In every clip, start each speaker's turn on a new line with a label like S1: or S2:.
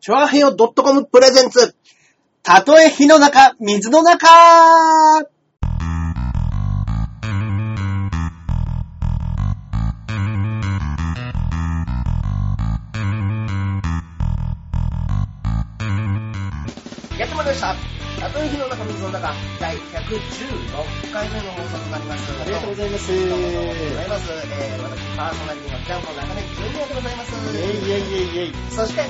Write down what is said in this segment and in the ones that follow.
S1: チョアヘヨ .com プレゼンツ。たとえ火の中、水の中やってまいりました。たとえ火の中、水の中、第116回目の放送となります。
S2: ありがとうご
S1: い
S2: ざいます。
S1: ど
S2: いうえい
S1: もどうもございます。えー、私、パーソナリティのジャンボ中根ジュニアでございます。
S2: えいえいえい。
S1: そして、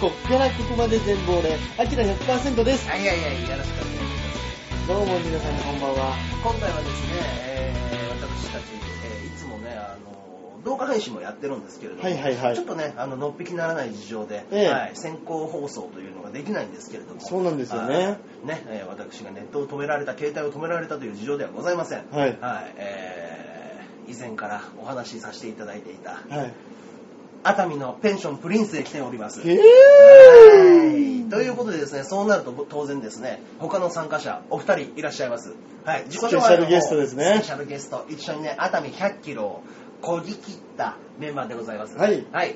S2: こっからここまで全部俺、アキラ100%です。
S1: あいやいやいや、よろしくお願いします。
S2: どうも皆さんこんばんは。
S1: 今回はですね、えー私たち、えーいつもね、あの、動画配信もやってるんですけれども、
S2: はいはいはい
S1: ちょっとね、あの、のっぴきならない事情で、
S2: ええ
S1: はい、先行放送というのができないんですけれども、
S2: そうなんですよね
S1: はい。ね、えー私がネットを止められた、携帯を止められたという事情ではございません。
S2: はい
S1: えー以前からお話しさせていただいていた、
S2: はい。
S1: 熱海のペンションプリンスへ来ております。
S2: え
S1: はいと
S2: ー
S1: いうことでですね、そうなると当然ですね、他の参加者、お二人いらっしゃいます。はい、自己紹介の方
S2: スペシャルゲストですね
S1: スペシャルゲスト、一緒にね、熱海100キロをこぎ切ったメンバーでございます。
S2: はい
S1: はい。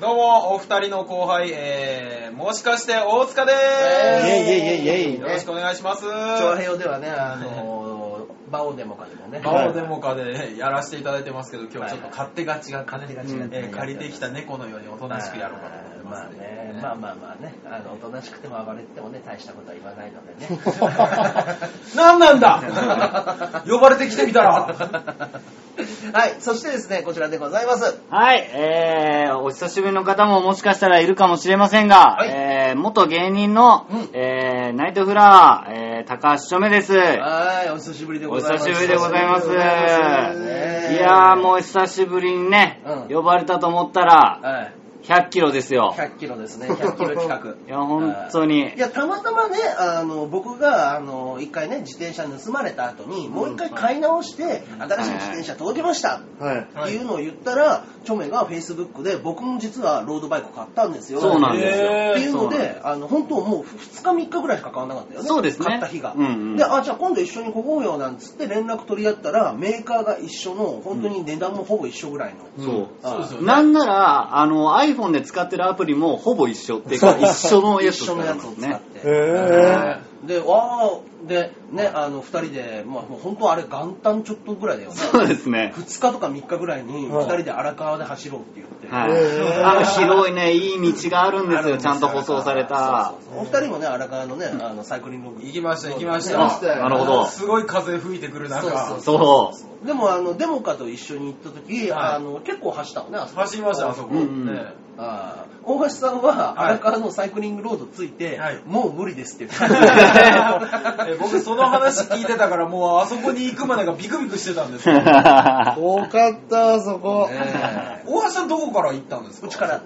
S3: どうも、お二人の後輩、えー、もしかして大塚で
S2: イ
S3: ー
S2: ェイイェイイェイイェ
S3: す。
S2: イ
S3: よろしくお願いします。
S1: 長平ではね、あのー、バオデモカでもね、
S3: バオデモカでやらせていただいてますけど、今日はちょっと勝手が違が
S1: 勝手が違って
S3: えー借りてきた猫のようにおとなしくやろうかと思いますね。
S1: まあまあまあね、あの、おとなしくても暴れててもね、大したことは言わないのでね。
S3: なんなんだ 呼ばれてきてみたら
S1: はい、そしてですね、こちらでございます。
S4: はい、えー、お久しぶりの方ももしかしたらいるかもしれませんが、
S1: はい
S4: えー、元芸人の、
S1: うん
S4: えー、ナイトフラワー、えー、高橋しょめです。い
S1: はい、お久しぶりでございます。
S4: お久しぶりでございます
S1: お久しぶりでございますね
S4: やー、もう久しぶりにね、
S1: うん
S4: 呼ばれたと思ったら、
S1: はい、
S4: 100キロですよ。
S1: 100キロ ですね、100キロ企画。
S4: いや、本当に
S1: い。や、たまたまね、あの、僕が、あの、一回ね、自転車盗まれた後に、もう一回買い直して、新しい自転車届けました。
S2: はい。
S1: っていうのを言ったら、チョメが Facebook で、僕も実はロードバイク買ったんですよ。
S4: そうなんですよ
S1: っていうの
S4: そう
S1: で、あの、本当もう2日3日ぐらいしか買わなかったよね。
S4: そうですね
S1: 買った日が。
S4: うんうん
S1: で、あ、じゃあ今度一緒にここよなんつって連絡取り合ったら、メーカーが一緒の、本当に値段もほぼ一緒ぐらいの。
S4: そう。
S3: そうですよね。
S4: なんなら、あの、iPhone で使ってるアプリもほぼ一緒っていうか、一緒のやつ
S1: 一緒のやつを使っ
S4: ね。
S1: て。
S2: えー
S1: で、わあ、で、ね、あの、二人で、まあ、もう本当あれ、元旦ちょっとぐらいだよね。
S4: そうですね。
S1: 二日とか三日ぐらいに、二人で荒川で走ろうって言って。
S4: はい
S2: えー
S4: あの広いね、いい道があるんですよ、ちゃんと舗装された。
S1: そうそうそうお二人もね、荒川のね、あの、サイクリング。
S3: 行きました、行きまし。
S1: 行きました
S4: よなるほど
S3: すごい風吹いてくる中、
S1: そう
S4: そ
S1: でも、あの、デモカと一緒に行った時、
S3: はい
S1: あの、結構走ったのね、あそこ
S3: 走りました、あそこ。
S4: うんうん
S3: ね
S1: あー大橋さんは、荒川のサイクリングロードついて、
S3: はい
S1: もう無理ですって言っ
S3: え僕その話聞いてたからもうあそこに行くまでがビクビクしてたんです
S4: う
S3: よ 大
S2: 多かった、そこ。
S1: た。
S3: 橋さんどこから行ったんですか
S1: うちから。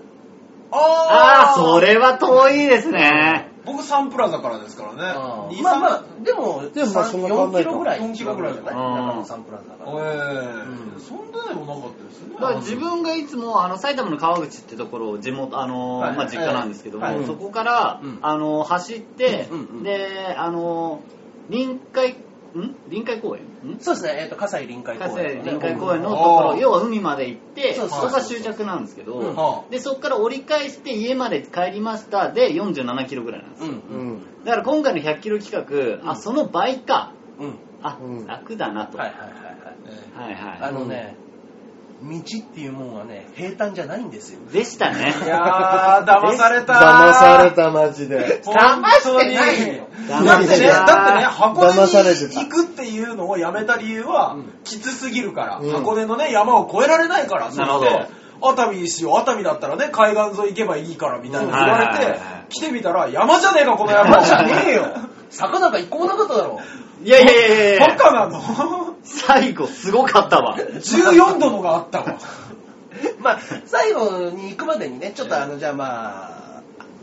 S3: あ
S4: ああ、
S3: ー
S4: それは遠いですね。
S3: 僕サンプラザからですからね
S1: うん
S3: 2
S1: まあま
S3: 3
S1: あ、でも、
S2: でもまあそんな変わん
S1: 4
S2: ない
S1: キ
S2: か
S1: ロぐらい。
S3: 4キロぐらいじゃない
S1: 中野サンプラザだから。
S3: え
S1: う
S3: え
S1: ん
S3: そんなでもなかったですよね
S4: だから自分がいつもあの埼玉の川口ってところを地元あのー、
S1: はい
S4: まあ、実家なんですけども、
S1: はい
S4: そこから、
S1: うん
S4: あのー走って、
S1: うんうんうん
S4: であのー臨海ん臨海公園ん
S1: そうですね、えっと、葛西臨海公
S4: 河
S1: 園、
S4: 西
S1: ね。
S4: 臨海公園のとこ
S3: う
S4: ろ
S3: ん
S4: 要は海まで行って
S1: そう
S4: そ
S1: そう
S4: こが終着なんですけど、
S1: うん
S3: はあ
S4: でそこから折り返して家まで帰りましたで47キロぐらいなんです
S1: うんう
S2: う
S1: ん。
S2: ん。
S4: だから今回の100キロ企画、
S1: うん
S4: あその倍か
S1: うん。
S4: あ、
S2: うん
S4: 楽だなと、
S1: は
S4: はいい、
S1: はいはいはい。
S4: はい
S1: あのね、道っていうもんはね、平坦じゃないんですよ。
S4: でしたね
S3: いやー騙された
S2: 騙された、マジで。
S3: 本当に
S1: 騙してないよ
S3: だってね、だってね、箱根
S2: 騙されて
S3: に
S2: た
S3: 行くっていうのをやめた理由は、きつすぎるから、
S2: うん
S3: 箱根のね、山を越えられないから、そ
S4: なるほ
S3: し
S4: ど
S3: て、熱海にしよう、熱海だったらね、海岸沿い行けばいいから、みたいな言わ
S4: うんは
S3: れ
S4: いはい
S3: て
S4: はいはい、
S3: 来てみたら、山じゃねえか、この山。
S1: 山じゃねえよ。坂なんか一個もなかっただろ。
S4: いやいやいやいや
S3: バカなの
S4: 最後すごかったわ
S3: ?14 度のがあったわ。
S1: まあ、最後に行くまでにね、ちょっとあの、じゃあまあ、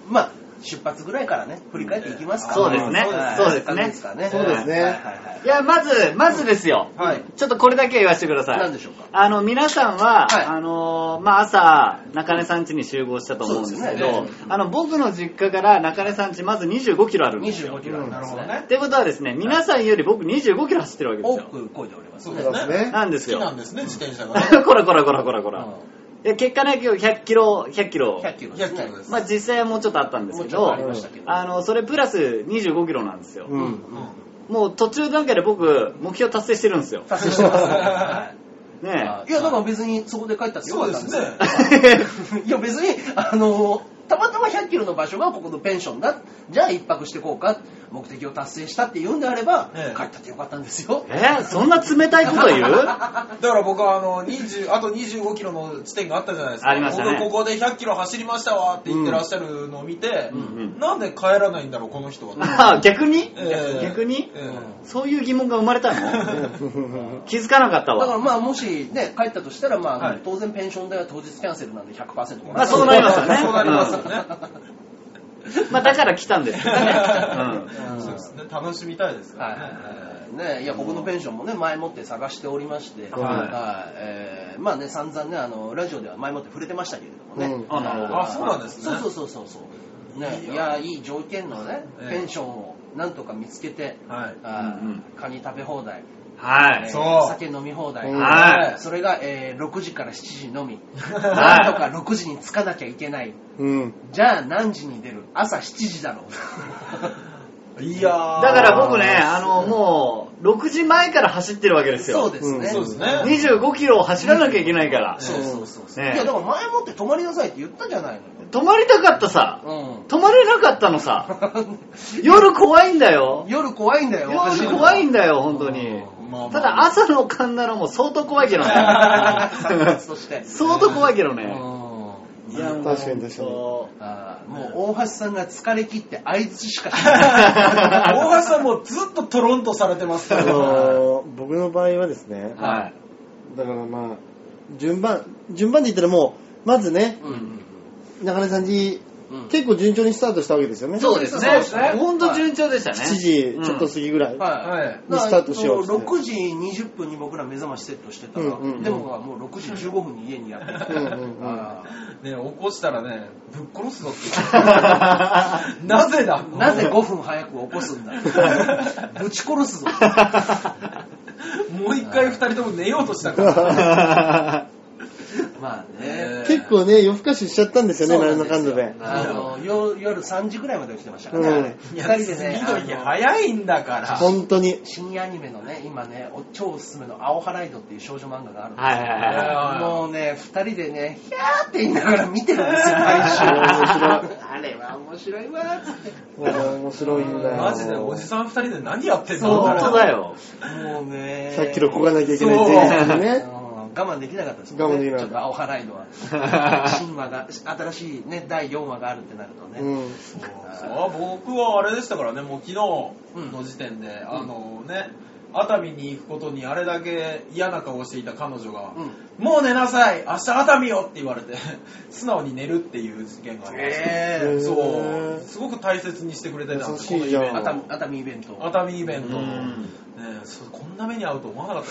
S1: まあ、出発ぐらいからね、振り返っていきますか。
S4: そうですね
S1: はい
S4: そう
S1: い
S4: ですね
S1: かがかね
S2: そうですね
S1: はいはいはい
S4: いやまずまずですよ、
S1: はい
S4: ちょっとこれだけは言わせてください
S1: 何でしょうか
S4: あの皆さんは、
S1: はい
S4: あのーまあ、朝中根さん家に集合したと思うんですけど
S1: そうですね
S4: あの僕の実家から中根さん家まず2 5キロあるんですよ
S1: 25キロあり
S3: な
S1: ま
S3: る
S1: す
S3: ほど
S1: ね。
S3: ね
S4: っ。てことはですね皆さんより僕2 5キロ走ってるわけです
S1: 多
S4: よ
S1: く漕いでおります
S3: そう
S1: ね。
S3: で
S2: そ
S3: す
S2: うですね
S3: ね。
S4: なんですよ
S3: 好きなんですね、自転車がね。
S4: こらこらこらこらこら。で結果ね、今日100キロ、100キロ。
S1: 100キロですね
S3: 100キロです
S4: まあ実際はもうちょっとあったんですけ
S1: もうちょっ
S4: ど、
S1: とありましたけど
S4: あの、それプラス25キロなんですよ。
S1: うんうん
S4: もう途中段階で僕、目標達成してるんですよ。
S1: 達成してますねはい
S4: ね
S1: いや、だから別にそこで帰ったってよかったんですよ
S3: そうで
S1: いや、別に、あの、たまたま100キロの場所がここのペンションだ。じゃあ一泊してこうか。目的を達成したって言うんであれば、
S3: ええ
S1: 帰ったってよかったんですよ。
S4: え。 えーそんな冷たいこと言う
S3: だから僕はあの20あと25キロの地点があったじゃないですか
S4: ありましたね
S3: 僕ここで100キロ走りましたわって言ってらっしゃるのを見て、
S4: うんうん
S3: なんで帰らないんだろうこの人は
S4: あー逆に、
S3: ええ
S4: 逆に、
S3: え
S4: そういう疑問が生まれたの気づかなかった
S1: だから
S4: わ。
S1: まあ、もしね、帰ったとしたら、まあ、
S3: はい
S1: 当然ペンション代は当日キャンセルなんで100%も
S4: まあ
S1: ら
S4: そうなりますよね
S3: そうなりますよね、
S4: まあだから来たんですけど
S1: う
S4: ね。
S1: ん
S3: そうですね楽しみたいですか
S1: はい
S3: ら
S1: はい
S3: ね、
S1: はいね、いや僕のペンションもね前もって探しておりまして、はいえーまあね散々ねあのラジオでは前もって触れてましたけれどもね、
S2: うん
S4: あなるほど
S1: はい
S4: あ
S3: そうなんですね
S1: そうそうそうそうねい
S3: いいよ
S1: やいい条件のね
S3: ええ
S1: ペンションをなんとか見つけて、
S3: はい
S1: あー
S4: うんうん
S1: カニ食べ放題、
S4: は
S1: え
S4: い。
S1: ー
S3: そう
S1: 酒飲み放題、
S2: うん
S4: はい
S1: それが、えー6時から7時 のみ
S4: い
S1: なんとか6時に着かなきゃいけない
S2: うん。
S1: じゃあ何時に出る朝7時 だろう
S3: い、やー
S4: だから僕ね、あの、もう、6時前から走ってるわけです
S1: そう
S4: よ。
S1: ですね、
S2: うん
S3: そうですね
S4: 25キロを走らなきゃいけないから。
S1: そうそうそうそう、
S4: ね
S1: いやだから前もって泊まりなさいって言ったじゃない
S4: 泊まりたかったさ。
S1: の
S4: 泊まれなかったのさ。
S1: うん
S4: 夜怖いんだよ。
S1: 夜怖いんだよ
S4: 夜怖いん
S1: だ
S4: だよ、本当に。
S3: まあまあ
S4: ただ朝の神奈良も相当怖いけ ど ね。
S1: 散髪として
S4: 相当怖いけど
S1: う
S4: ね。
S1: ん
S4: いやもう
S2: 確かに確かに。
S1: あーもう大橋さんが疲れ切って相槌しかし ない
S3: 大橋さんもうずっとトロンとされてますけ
S2: あ
S3: ど
S2: のー僕の場合はですね、
S4: はい。
S2: だからまあ、順番、順番で言ったらもう、まずね、
S1: うんうん
S2: 中根さんに、
S1: うん
S2: 結構順調にスタートしたわけですよね。
S4: そうで
S1: そ
S4: す
S1: う
S4: ね
S1: ですね。
S4: 本当順調でしたね。
S2: 7時 ちょっと過ぎぐらい。
S1: はい
S3: はい
S2: にスタートしようっつって
S1: 6時20分に僕ら目覚ましセットしてたら、
S2: うんうんうん
S1: でももう6時15分に家にやってきて、
S2: うんうんうん
S1: あ
S3: ね起こしたらねぶっ殺すぞってなぜだ
S1: ーなぜ5分早く起こすんだぶち殺すぞ
S3: もう一回二人とも寝ようとし たから。
S1: まあね
S2: 結構ね、夜更かししちゃったんですよね、
S1: そうな
S2: なんん
S1: です
S2: だかんだで。
S1: あのよ夜3時ぐらいまで起きてましたからね、
S2: うん
S1: あれ
S3: い
S1: 二人で
S3: や
S1: ね
S3: 次の日
S1: あの
S3: 早いんだから。
S2: 本当に。
S1: 新アニメのね今ねお超おすすめの「アオハライド」っていう少女漫画があるんですよ、
S4: はいはいはいはい。
S3: はい
S1: もうね2人でね「ひゃー」って言いながら見てるんですよ毎週あれは面白いわーっつって
S2: 面白いんだよ。
S3: マジでおじさん二人で何やってんの
S4: 本当だ。よ。
S1: もうね
S2: 100キロこがなきゃいけ
S3: そう
S2: ない前日に
S1: うん
S2: ね。
S1: 我慢できなかったです
S2: 我慢できな
S1: ちょ
S2: かっ
S1: ったとアオハライド は新話が新しいね第4話があるってなるとね、
S2: うん。
S3: そう僕はあれでしたからね、もう昨日の時点で、あのね、熱海に行くことにあれだけ嫌な顔をしていた彼女が、
S1: う
S3: もう寝なさい明日熱海よって言われて、 素直に寝るっていう事件がありました。
S1: え
S2: ー
S3: そう。すごく大切にしてくれてたんですよ
S2: 優しいじゃん
S3: このイベント
S1: 熱海熱海イベント
S3: 熱海イベント、ね
S4: うん
S3: えそこんな目に遭うと思わなかっ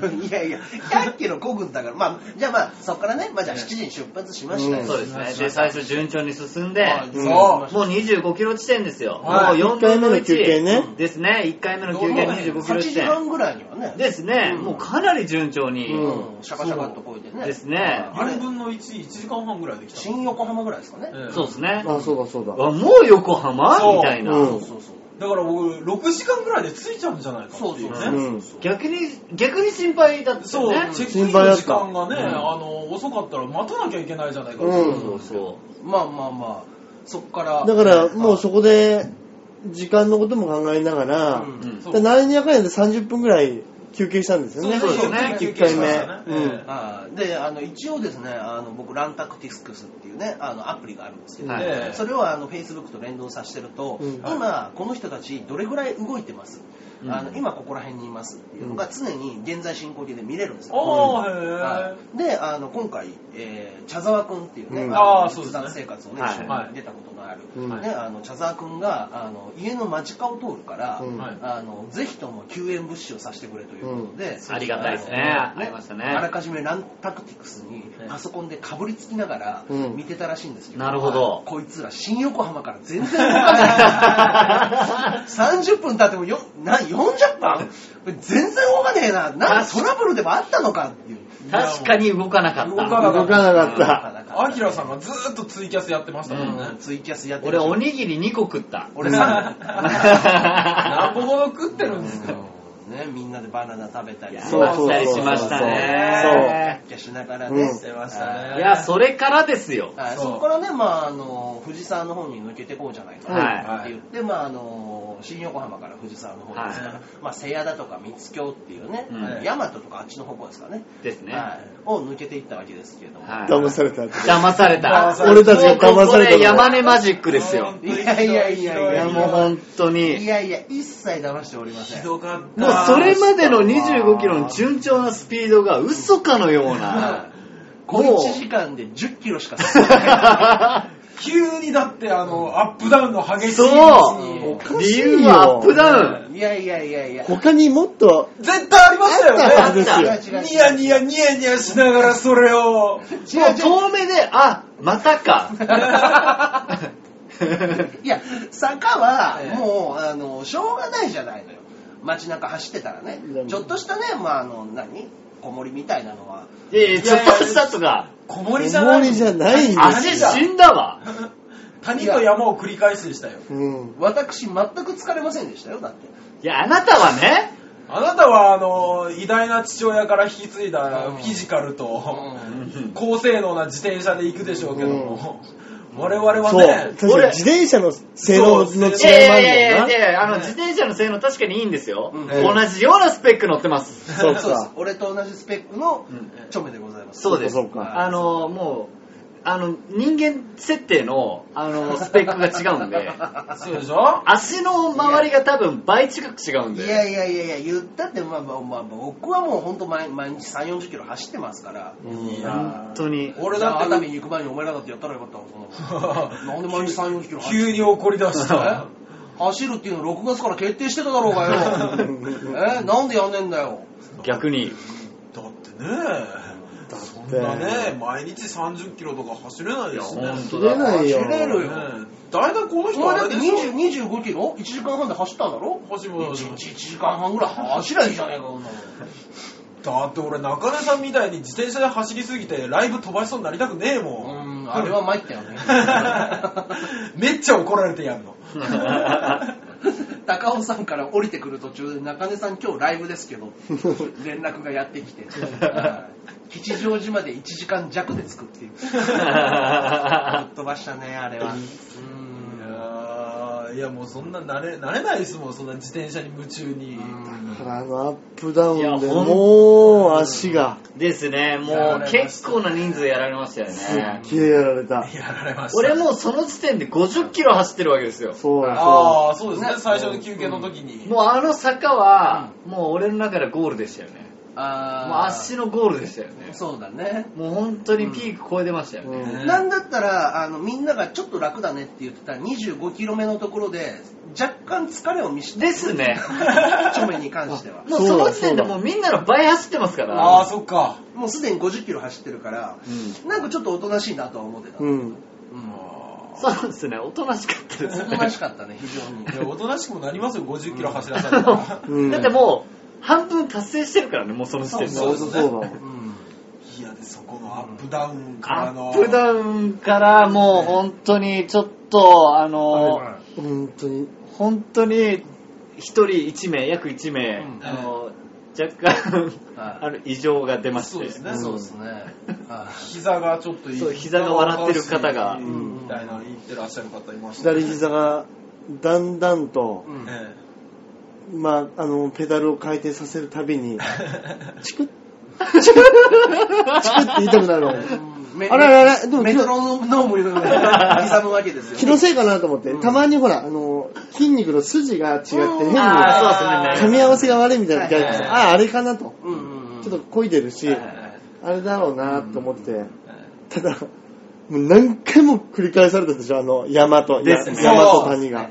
S3: たで すよ
S1: いやいや、100キロ漕ぐんだから、まあ、じゃあまあ、そこからね、まあじゃあ7時に出発しましたよ
S2: うん
S4: そうですね。で、最初順調に進んで、
S1: うん
S3: そ
S4: もう25キロ地点ですよ。
S3: はい
S4: もう4
S2: 1回目
S4: 分の
S2: の
S4: 1
S2: 休憩ね
S4: ですね。1回目の休憩25キ
S1: 8
S4: ロ地
S1: 時
S4: 点。
S1: 半ぐらいにはね、
S4: ですね。
S1: うん
S4: もうかなり順調に。
S2: う
S1: うんシャカシャカっと漕いでね。
S4: ですね
S1: あれ
S3: 4、分の11時間半ぐらいできた
S1: 新横浜ぐらいですかね。
S3: ええ
S4: そうですね。
S2: あ、そうだそうだ。
S4: あもう横浜
S3: そう
S4: みたいな、
S2: うん
S1: そうそうそう。
S3: だから僕6時間ぐらいで着いちゃうんじゃないかって
S1: そう
S3: い
S1: そうう
S3: ね
S1: そう
S2: うん
S1: そうそう
S4: 逆に、逆に心配だった
S3: そう、
S4: よね。
S3: チェック
S2: 心
S3: イン
S2: 配
S3: の
S2: だった
S3: 時間がね、あの遅かったら待たなきゃいけないじゃないかって、
S2: うん
S4: そうそ
S1: まあまあまあ、そっから。
S2: だからもう
S1: そ
S2: そこで、時間のことも考えながら、
S1: うん
S4: うん
S3: そう
S2: で何やかんやで30分ぐらい休憩したんですよね。
S4: そうですね
S2: 1回目。
S3: うん
S2: うん
S1: あーであの一応ですねあの僕ランタクティスクスっていうねあのアプリがあるんですけど、
S4: はい
S1: それをあの Facebook と連動させてると、
S2: うん
S1: 今この人たちどれぐらい動いてます、
S4: うん
S1: あの今ここら辺にいますっていうのが常に現在進行形で見れるんですよ、
S3: ああ、へ
S1: は
S3: え
S1: いであの今回、えー茶沢君っていうね、
S2: うん
S1: の
S3: あーそうですね
S1: 実弾生活をね、
S4: はい
S1: 一緒に出たことのある、
S2: うん
S1: ね、あの茶沢君があの家の間近を通るから、
S2: うん
S3: はい
S1: あのぜひとも救援物資をさせてくれということで、
S4: う。ありがたいですね。
S1: あの
S4: ありました
S1: あら
S4: ね。
S1: かじめランタクティクスにパソコンでかぶりつきながら
S2: うん
S1: 見てたらしいんですけど、
S4: なるほど
S1: こいつら新横浜から全然動か ない30分経ってもよな40分全然動かねえななんかトラブルでもあったのかっていう
S4: 確かに動かなか
S3: 動か
S4: った。
S3: なか
S2: 動
S3: った。
S2: かなかった。
S3: アキラさんがずーっとツイキャスやってましたもんね。
S1: ツイキャスやって
S4: 俺、
S1: る
S4: おにぎり2個食った。
S1: 俺さ、
S3: 何本ほど食ってるんですか
S1: ね、みんなでバナナ食べたり
S4: や
S1: ね
S2: そうそうそう
S4: やったりしました
S1: ね
S4: ね。
S1: キャッキャしながら
S2: う
S1: ね
S2: ん
S1: してまし
S4: いや、
S1: そ
S4: それからですよ。
S1: はい
S3: そう
S1: そこからね、まああの藤沢の方に抜けてこうじゃないかなって言って、まああの新横浜から藤沢の方ですから、
S4: は
S1: まあ瀬谷だとか三津京っていうね、
S4: うん
S1: 大和とかあっちの方向ですかね、
S4: ですね。
S1: はい、を抜けていったわけですけれども、
S4: はい
S2: 騙された。
S4: 騙された。
S2: 俺たちが騙されたの
S4: もうこれ山根マジックですよ。
S1: いやいやいやい
S4: い
S1: や
S4: や、もう本当
S1: い
S4: に。
S1: やいや一切騙しておりません
S3: ひどかった。
S4: もうそれまでの25キロの順調なスピードが嘘かのような。
S1: 小
S4: もう
S1: 1時間で1 0キロしか進んでない
S3: 急にだって、あの、アップダウンの激しい
S4: そう
S3: 道に。
S2: かし
S4: 理
S2: いよ
S4: 由はアップダウ ン。
S1: いやいやいやいや。
S2: 他にもっと、
S3: 絶対ありました
S2: あった
S3: よ
S2: はず
S3: ね
S2: で。すよ。
S1: 違う違う
S3: ニヤニヤニヤニヤしながらそれを。
S4: もう遠目で、あ、ま たか。
S1: いや、坂は
S3: ええ
S1: もう、あの、しょうがないじゃないのよ。街中走ってたらね
S2: いや。
S1: ちょっとしたね、まあ、あの、何小森みたいなのは。
S4: いやいや、ちょっとしたとか、
S3: 小盛りじゃな
S2: 重
S3: い
S2: りじゃないんですよ。
S4: 足死んだわ。
S3: 谷と山を繰り返しでしたよ。
S2: うん。
S1: 私、全く疲れませんでしたよ、だって。
S4: いや、あなたはね、
S3: あなたは、あの、偉大な父親から引き継いだ
S1: うん
S3: フィジカルと、
S4: うん
S3: 高性能な自転車で行くでしょうけども、我々は
S2: そう。
S3: ね
S2: 確、かに
S4: 俺
S2: 自転車の性能の違いもある
S4: いやいやい
S2: もんな
S4: や。
S2: い
S4: やいや、あの、自転車の性能確かにいいんですよ。
S1: うん
S4: 同じようなスペック乗ってます。
S2: そう
S1: そうです
S2: か。
S1: 俺と同じスペックの
S4: うん
S1: チョメでございます。
S4: そうです。
S2: そうかそう
S1: か
S4: あの、もう、あの、人間設定の、あの、スペックが違うんで、
S3: そうでしょ
S4: 足の周りが多分倍近く違うん
S1: い
S4: で。
S1: やいやいやいや、言ったって、まあまあまあ、僕はもう本当毎毎日3、40キロ走ってますから。
S2: うん
S3: いや
S4: 本当に。
S3: 俺
S1: じゃあ
S3: だっ
S1: 熱
S3: て
S1: 海に行く前にお前らだってやったらよかったわそのなんで毎日3、4キロ走る
S3: 急に怒り出した。
S1: 走るっていうの6月から決定してただろうがよ。えなんでやんねんだよ。
S4: 逆に。
S3: だってね、そんなね、毎日30キロとか走れないですね。
S4: いやほんと
S2: 切れないよ。
S1: 切れる
S3: ね
S1: よ
S3: 大体この
S1: お
S3: 人あ
S1: 前だっ
S3: れ
S1: て
S3: でしょ
S1: 20 25キロ ?1 時間半で走ったんだろ
S3: 星
S1: ?1
S3: も
S1: 日1時間半ぐらい走りゃいいじゃねえか、こんなの。
S3: だって俺中根さんみたいに自転車で走りすぎてライブ飛ばしそうになりたくねえ
S1: う
S3: もん
S1: ーん、あれは参ったよね。
S3: めっちゃ怒られてやんの
S1: 高尾山から降りてくる途中で中根さん今日ライブですけど連絡がやってきてはい吉祥寺まで1時間弱で着くっていうぶっ飛ばしたねあれはう
S3: い
S1: ん
S3: やーいやもうそんな慣れ慣れないですもんそんな自転車に夢中に
S2: あのアップダウ
S4: いや
S2: ンで
S4: ほん
S2: もう足が
S4: ですね、もう結構な人数やられましたよ
S2: す
S4: ね
S2: っ。げえやられた。
S3: やられました
S4: 俺もうその時点で50キロ走ってるわけですよ。
S2: そうそ
S3: ああそうですね最初の休憩の時に、
S4: もうあの坂は、もう俺の中でゴールでしたよね。もう
S1: あ
S4: 足のゴールでしたよね。
S1: そうだね
S4: もう本当にピーク超えてましたよ
S2: う。う
S4: ね。
S2: ん
S3: ね
S1: なんだったらあのみんながちょっと楽だねって言ってた25キロ目のところで若干疲れを見せて
S4: ですね。
S1: チョメに関しては
S4: もうその時点でもうみんなの倍走ってますから。
S3: ああそっか
S1: もうすでに50キロ走ってるから
S4: う
S1: なんかちょっとおとなしいなとは思ってた、
S2: うん。
S1: うん
S4: そうですね、おとなしかったです
S1: おとなしかったね非常に
S3: いやおとなしくもなりますよ50キロ走らされたら、
S2: うん
S4: だってもう、半分達成してるからね、もうその時点で。
S2: そうそう そうだもん。
S1: うん
S3: いやでそこのアップダウンか
S4: ア
S3: らの
S4: ップダウンからもう本当にちょっと、あの、
S2: 本当に。
S4: 本当に一人一名、約一
S1: う
S4: 名、
S1: ん
S4: あの、若干、
S1: はい
S4: あの、異常が出まして。
S3: そうですね
S1: ね、そうですね。あ
S3: 膝がちょっと
S4: そう膝が笑ってる方が
S3: うんみたいなの言ってらっしゃる方いましたね
S2: 左膝がだんだんと
S1: ー、うん
S3: え
S2: まあ、あの、ペダルを回転させるたびに、チクッ、チクッ、チクッって痛くなるわけ。
S1: め
S2: あれあれあれでも
S1: メトロノームの ように刻むわけですよ。
S2: 気のせいかなと思って、
S1: うん
S2: たまにほら、あの、筋肉の筋が違って変に、
S4: ああ、そ
S2: 噛
S4: うですね。
S2: み合わせが悪いみたいな時あるんですよ。
S3: はい
S2: ああ、あれかなと。
S1: うんうんうん
S2: ちょっと漕いでるし、
S1: はいはい
S2: あれだろうなと思って、ただ、もう何回も繰り返されたでしょ、あの、山と、
S4: で
S2: や
S4: すね
S2: 山と谷が。
S1: はい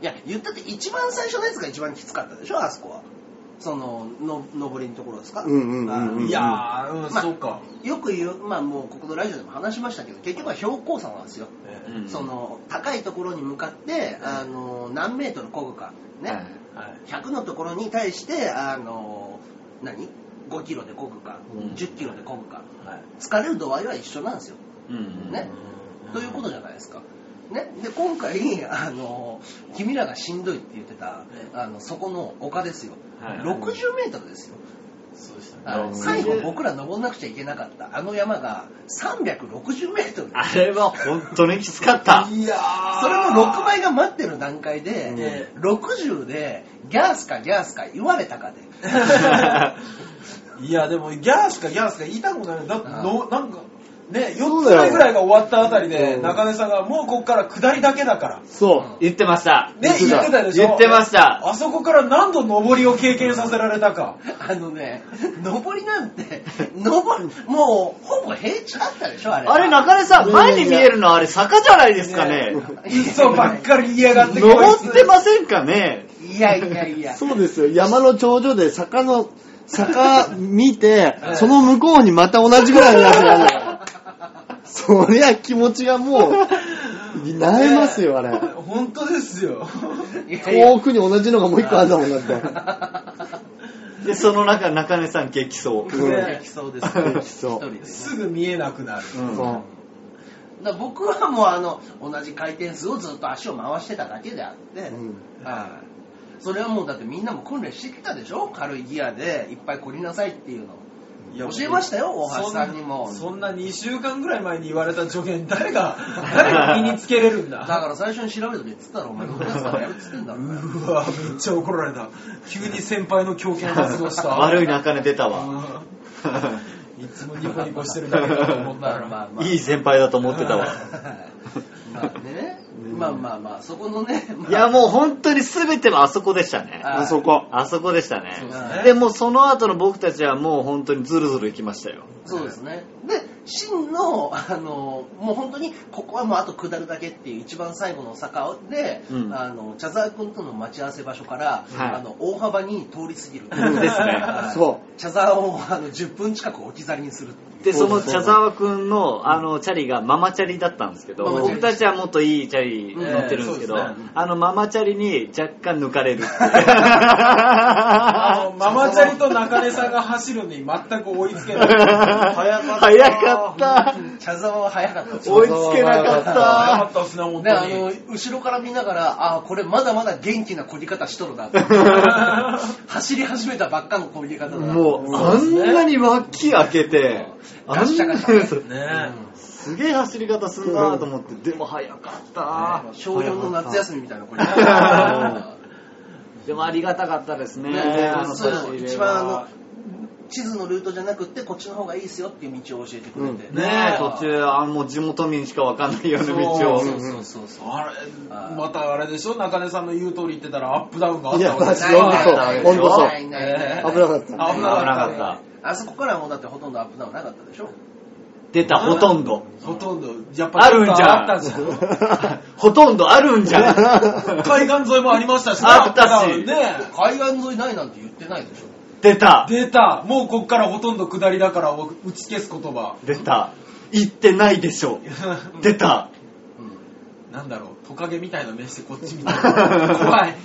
S1: いや、言ったって一番最初のやつが一番きつかったでしょ、あそこは。その、の、上りのところですか。
S2: うんうんうんうん
S1: あ
S3: いやーうん、
S1: まあ
S3: そうか、
S1: よく言う、まあもうここのラジオでも話しましたけど、結局は標高差なんですよ。
S3: え
S4: うん
S1: その、高いところに向かって、あの、何メートル漕ぐか、ね。
S4: はい
S3: えはい
S1: 100のところに対して、あの、何5キロで漕ぐか、
S4: うん
S1: 10キロで漕ぐか
S3: はい
S1: 疲れる度合いは一緒なんですよ
S4: うん
S1: ねということじゃないですか。ね、で今回 あの君らがしんどいって言ってたあのそこの丘ですよ、
S4: はい
S1: 60メートルですよ
S3: そうでしたね
S1: あの
S4: 60
S1: 最後僕ら登んなくちゃいけなかったあの山が360メートル
S4: あれは本当にきつかった。
S3: いやー
S1: それの6倍が待ってる段階で、
S3: ね
S1: 60でギャースかギャースか言われたかで
S3: いやでもギャースかギャースか言いたくないだって
S1: ああ
S3: のなんかね4
S2: そう
S3: つ
S2: だよ
S3: 目ぐらいが終わったあたりで
S2: うん
S3: 中根さんがもうこっから下りだけだから
S2: そう。
S4: 言ってました。
S3: ね
S2: 言ってた
S3: 言ってたでしょ
S4: 言ってました。
S3: あそこから何度上りを経験させられたか
S1: あのね登りなんて登るもうほぼ平地だったでしょあれ
S4: あれ、中根さん、
S2: いやいや
S4: 前に見えるのはあれ坂じゃないですかね。
S3: 嘘ばっかり言いやがって
S4: 登って
S3: す
S4: ませんかね。
S1: いやいやいや
S2: そうですよ。山の頂上で坂の、坂見て
S3: は、い
S2: その向こうにまた同じぐらいになるのよ。そりゃ気持ちがもう、なえますよ、あれ。
S3: 本当ですよ
S1: いやいや
S2: 遠くに同じのがもう一個あるんだもんだって。
S4: で、その中、中根さん激走。
S2: うん
S1: できそうですね。
S2: できそう
S1: 一人でね
S3: すぐ見えなくなる
S4: うん
S2: そう
S1: だから僕はもうあの同じ回転数をずっと足を回してただけであって、
S2: うん
S1: はいそれはもうだってみんなも訓練してきたでしょ軽いギアでいっぱいこりなさいっていうの
S3: いや
S1: 教えましたよ大橋さんにも
S3: そんなそんな2週間ぐらい前に言われた助言 誰が誰が身につけれるん
S1: だ
S3: だ
S1: から最初に調べとけっつったらお前どうですからやるっつってんだろうね
S3: うわめっちゃ怒られた急に先輩の強権発動し た
S4: 悪い中根出たわ。
S3: うんいつもニコニコしてるだけだと思った
S1: まあ
S3: ら、
S1: まあまあ
S4: いい先輩だと思ってたわ。
S1: まあねまあまあまあそこのね、まあ
S4: いや、もう本当に全てはあそこでしたね。
S1: はい
S2: あそこ。
S4: あそこでしたね
S3: そう
S1: ですね。
S4: でもその後の僕たちはもう本当にズルズル行きましたよ。
S1: そうですね。で、真の、あの、もう本当に、ここはもうあと下るだけっていう一番最後の坂で、
S4: うん
S1: あの、茶沢君との待ち合わせ場所から、
S4: はい
S1: あの、大幅に通り過ぎる。
S4: んですね
S1: はい
S2: そ
S1: 茶沢を、あの、10分近く置き去りにするっていう。
S4: で、
S2: そ
S4: そう
S2: そう
S4: の茶沢くんの、あの、チャリがママチャリだったんですけど、
S1: ママチャリ
S4: 僕たちはもっといいチャリ乗ってるんですけど、
S3: ええそうですね
S4: あの、ママチャリに若干抜かれるっていう。
S3: あのママチャリと中根さんが走るのに全く追い つけない早かった
S4: 早かった。
S1: 茶沢は早かったです。
S4: 追いつけなかっ
S3: 早か
S4: た。
S3: ったっすね本
S1: で、あ
S3: 当に
S1: の、後ろから見ながら、ああ、これまだまだ元気な漕ぎ方しとるな って。走り始めたばっかの漕ぎ方だな。
S4: もう、あんなに脇開けて、あ
S1: ガ
S4: ん
S1: シャ
S4: な
S1: ガシャね
S4: そう
S3: ね
S4: すげえ走り方するなと思って、でも早かった。
S1: 小4の夏休みみたいな漕ぎ
S4: うん
S1: 方。
S4: でもありがたかったですね。
S1: ね
S4: あの
S1: そう
S4: 差し入れは
S1: 一番あの地図のルートじゃなくってこっちの方がいいですよっていう道を教えてくれて、
S4: ねえ、途中、あもう地元民しかわかんないような道を。
S1: そうそうそうそう
S3: あ
S1: あ
S3: れまたあれでしょ中根さんの言う通り言ってたらアップダウンがあっ
S2: いや
S3: たわけで
S2: マ
S3: す
S2: ジで本当そう
S1: ないないない
S2: 危なかった。
S3: あ
S4: 危
S3: 危
S4: な
S3: な
S4: か
S3: か
S4: っ
S3: ったた。
S1: あそこからはもうだってほとんどアップダウンなかったでしょ
S4: 出た、ほとんど。
S3: ほとんどやっぱ
S4: あるんじゃん。
S3: あったじゃん
S4: ほとんどあるんじゃん。
S3: 海岸沿いもありましたしね
S4: あったし
S3: アップダウンね
S1: 海岸沿いないなんて言ってないでしょ
S4: 出た。
S3: 出たもうこっからほとんど下りだからを打ち消す言葉
S4: 出た。行ってないでしょ。出た。
S3: なんだろうトカゲみたいな目してこっち見てる怖い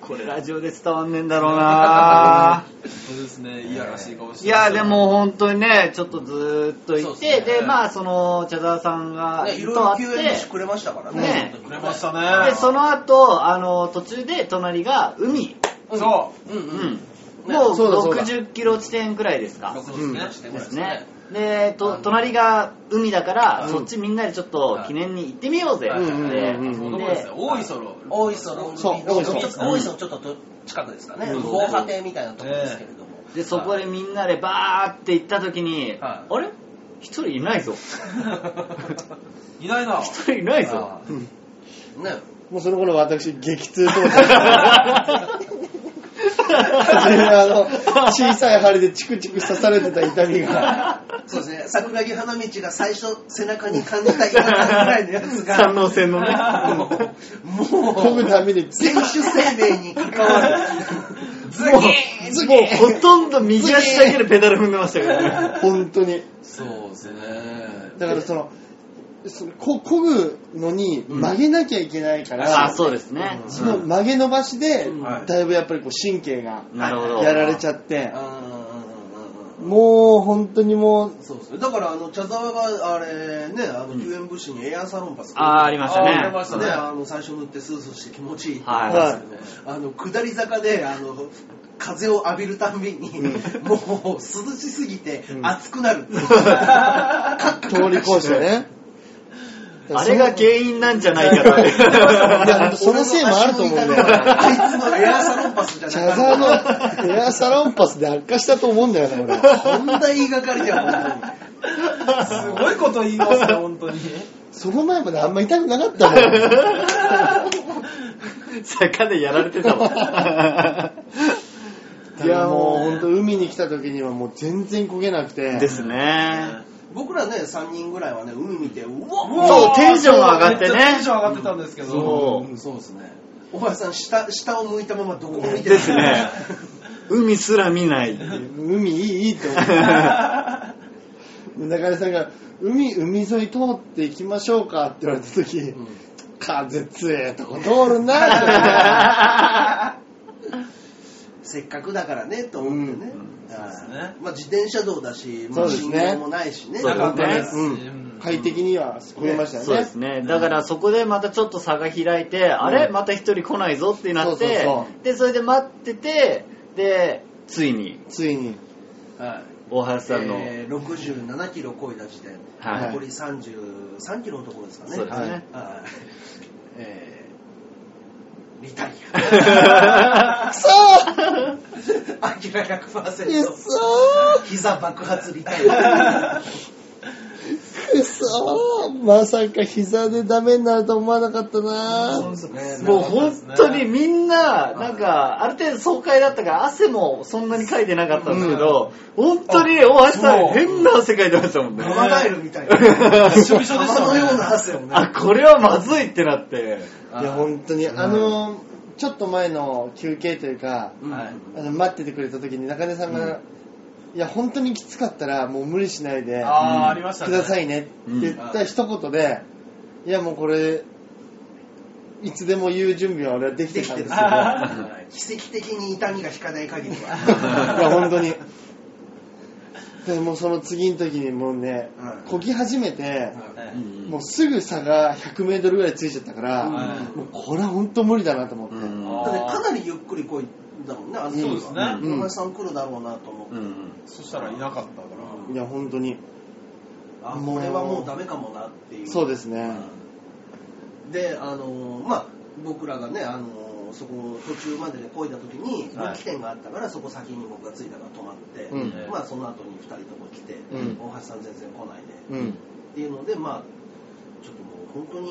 S4: これラジオで伝わんねえんだろうな
S3: そうですねいやらしい顔して
S4: いや、でも本当にね、ちょっとずーっと行っ
S1: そう
S4: て、
S1: ですね
S4: で、まあ、その、茶沢さんが、
S1: ねいろい
S4: と
S1: ろ
S4: 会っ
S1: 救援して
S4: て、
S1: くれましたからね
S4: ね
S1: 本当に
S3: くれましたね
S4: で、その後、あの、途中で隣が海。
S3: そ
S1: うん
S4: う
S1: うん
S4: ん。もう
S2: そうだそうだ
S4: 60キロ地点くらいですか。
S1: 60年して
S4: で
S1: ますす
S4: ね
S1: ね。
S4: で、と隣が海だから、
S2: うん
S4: そっちみんなでちょっと記念に行ってみようぜって言って、
S2: うんうん
S3: う
S2: う
S3: こ
S2: ん
S3: の
S2: う
S3: 子ですね大磯の
S1: 大磯の海
S2: そう
S1: の
S2: 大
S1: ち
S2: 磯
S1: ょっと大磯のちょっとど近くですかね
S2: うん
S1: 防波堤みたいなところですけれども
S4: でそこでみんなでバーって行った時に、
S1: は
S4: あれ一人いないぞ。
S3: いないな
S4: 一人いない
S1: あ
S4: ぞ。
S2: うん
S1: あね
S2: もうその頃私、激痛とか。それであの、小さい針でチクチク刺されてた痛みが。
S1: そうですね桜木花道が最初背中に感じた違和感ぐらいのやつが
S4: 三能線のね。
S2: こ
S1: も
S2: ぐ
S1: う、
S2: ために、
S1: 選手生命に関わる。ズ
S4: もう、もうほとんど右足だけでペダル踏んでましたけどね。
S2: 本当に。
S3: そうですね、
S2: だからその、そのここぐのに曲げなきゃいけないから、
S4: あ、そうですね。
S2: その曲げ伸ばしで
S1: うん
S2: だいぶやっぱりこう神経が
S4: なるほど。
S2: やられちゃって、
S1: うんうんうんうん
S2: もう本当にもう、
S1: そうですね。だから、あの、茶沢が、あれね、あの、救援物資にエアーサロンパス。
S4: あーありましたね
S1: あーありましたね。
S3: うん
S1: あの、最初塗ってスースーして気持ちいいって言
S4: はい
S1: ってましたけどね。あの、下り坂で、あの、風を浴びるたんびに、もう、涼しすぎて、暑くなる。
S2: 通り越してね。
S4: あれが
S2: い
S4: 原因なんじゃないかと。
S2: や、本 当そのせいもあると思うんだよ
S1: 俺の足の痛みはあいつのエアーサロンパスじゃ
S2: チ
S1: な
S2: ャ
S1: か
S2: ザ
S1: った。
S2: ーのエアサロンパスで悪化したと思うんだよね、 俺。
S1: こんな言いがかりじゃん、本当に。
S3: すごいこと言いますね、本当に。
S2: その前まであんま痛くなかった もん。
S4: 坂でやられてたわ。
S2: いや、もう本当海に来た時にはもう全然焦げなくて。
S4: ですね。
S1: 僕らね、3人ぐらいはね、海見て、うわ
S3: わ
S4: そう、テンションが上がって
S3: めちゃテンション上
S4: ね。
S3: がってたんですけど。
S4: そ
S1: うんそうですね。おばさん、下、下を向いたままどこも見てな
S4: う。
S1: い
S4: ですね。海すら見 ないっていう。
S2: 海いい、いいって思 う。中根さんが、海、海沿い通っていきましょうかって言われた時、風強えとこ通る な
S1: せっかくだからね、と思ってね。はい
S3: そうですね
S1: まあ、自転車道だし、ま
S2: そう
S1: あ、
S2: です
S1: 信
S2: ね
S1: 号もないしね。
S4: そう
S3: なか
S4: で
S3: ったです
S4: すね
S3: し。
S2: う
S3: うん
S2: 快適には作れましたよね。
S4: そうですね。だからそこでまたちょっと差が開いて、あれまた一人来ないぞってなって、
S2: そうそうそ
S4: で、それで待ってて、で、ついに、
S2: ついに。
S1: はい
S4: 大橋さんの、
S1: えー67キロ超えた時点、
S4: はい
S1: 残り33キロのところですかね。
S4: そうですね。
S2: はい
S1: はいえーリタイ
S2: くそー
S1: ア。アキラ100%。
S2: くそ
S1: 膝爆発リタイア。
S2: ーくそーまさか膝でダメになると思わなかった
S3: そう
S2: な
S3: ですね
S4: もう本当にみんな、なんか、ある程度爽快だったから、汗もそんなにかいてなかったんだけど、本当に大橋
S3: そ
S4: さん
S3: う
S4: 変な汗かいてましたもんね。
S1: マガエルみたいな。
S3: びしょびしょでしたね
S1: 玉のような汗をね。
S4: あ、これはまずいってなって。
S2: いや、本当に、あのー、ちょっと前の休憩というか、
S1: うん
S3: はい
S2: あの待っててくれた時に中根さんが、いや本当にきつかったらもう無理しないで
S3: あ
S4: うん
S3: あ、ありました
S2: く
S3: ね。
S2: ださいねって言った一言で、いやもうこれいつでも言う準備は俺はでき
S1: で
S2: て
S1: き
S2: た
S1: て
S2: ん
S1: る
S2: で
S1: んです
S2: すよ
S1: よ
S2: い
S1: はい奇跡的に痛みが引かない限り は。
S2: や本当にでもうその次の時にもうね
S1: うん
S2: こぎ始めて、
S3: はい
S2: もうすぐ差が 100m ぐらいついちゃったから、
S1: うん
S2: もうこれは本当無理だなと思って、
S4: うん
S1: だってかなりゆっくり来いだもんね、あの時は
S2: そう
S3: ですね
S1: うんお前さん来るだろうなと思って。
S4: うん
S3: そしたらいなかったから。
S2: いや本当に
S1: あ、
S2: もう
S1: これはもうダメかもなっていう。
S2: そうですね、
S1: で、あのーまあ、僕らがね、あのーそこ途中までで漕いだ時に
S3: はい
S1: 分岐点があったから、そこ先に僕が着いたから止まって、
S2: うん
S1: まあ、その後に2人とも来て、
S2: うん
S1: 大橋さん全然来ないで、
S2: うん
S1: っていうので、まあ、ちょっともう本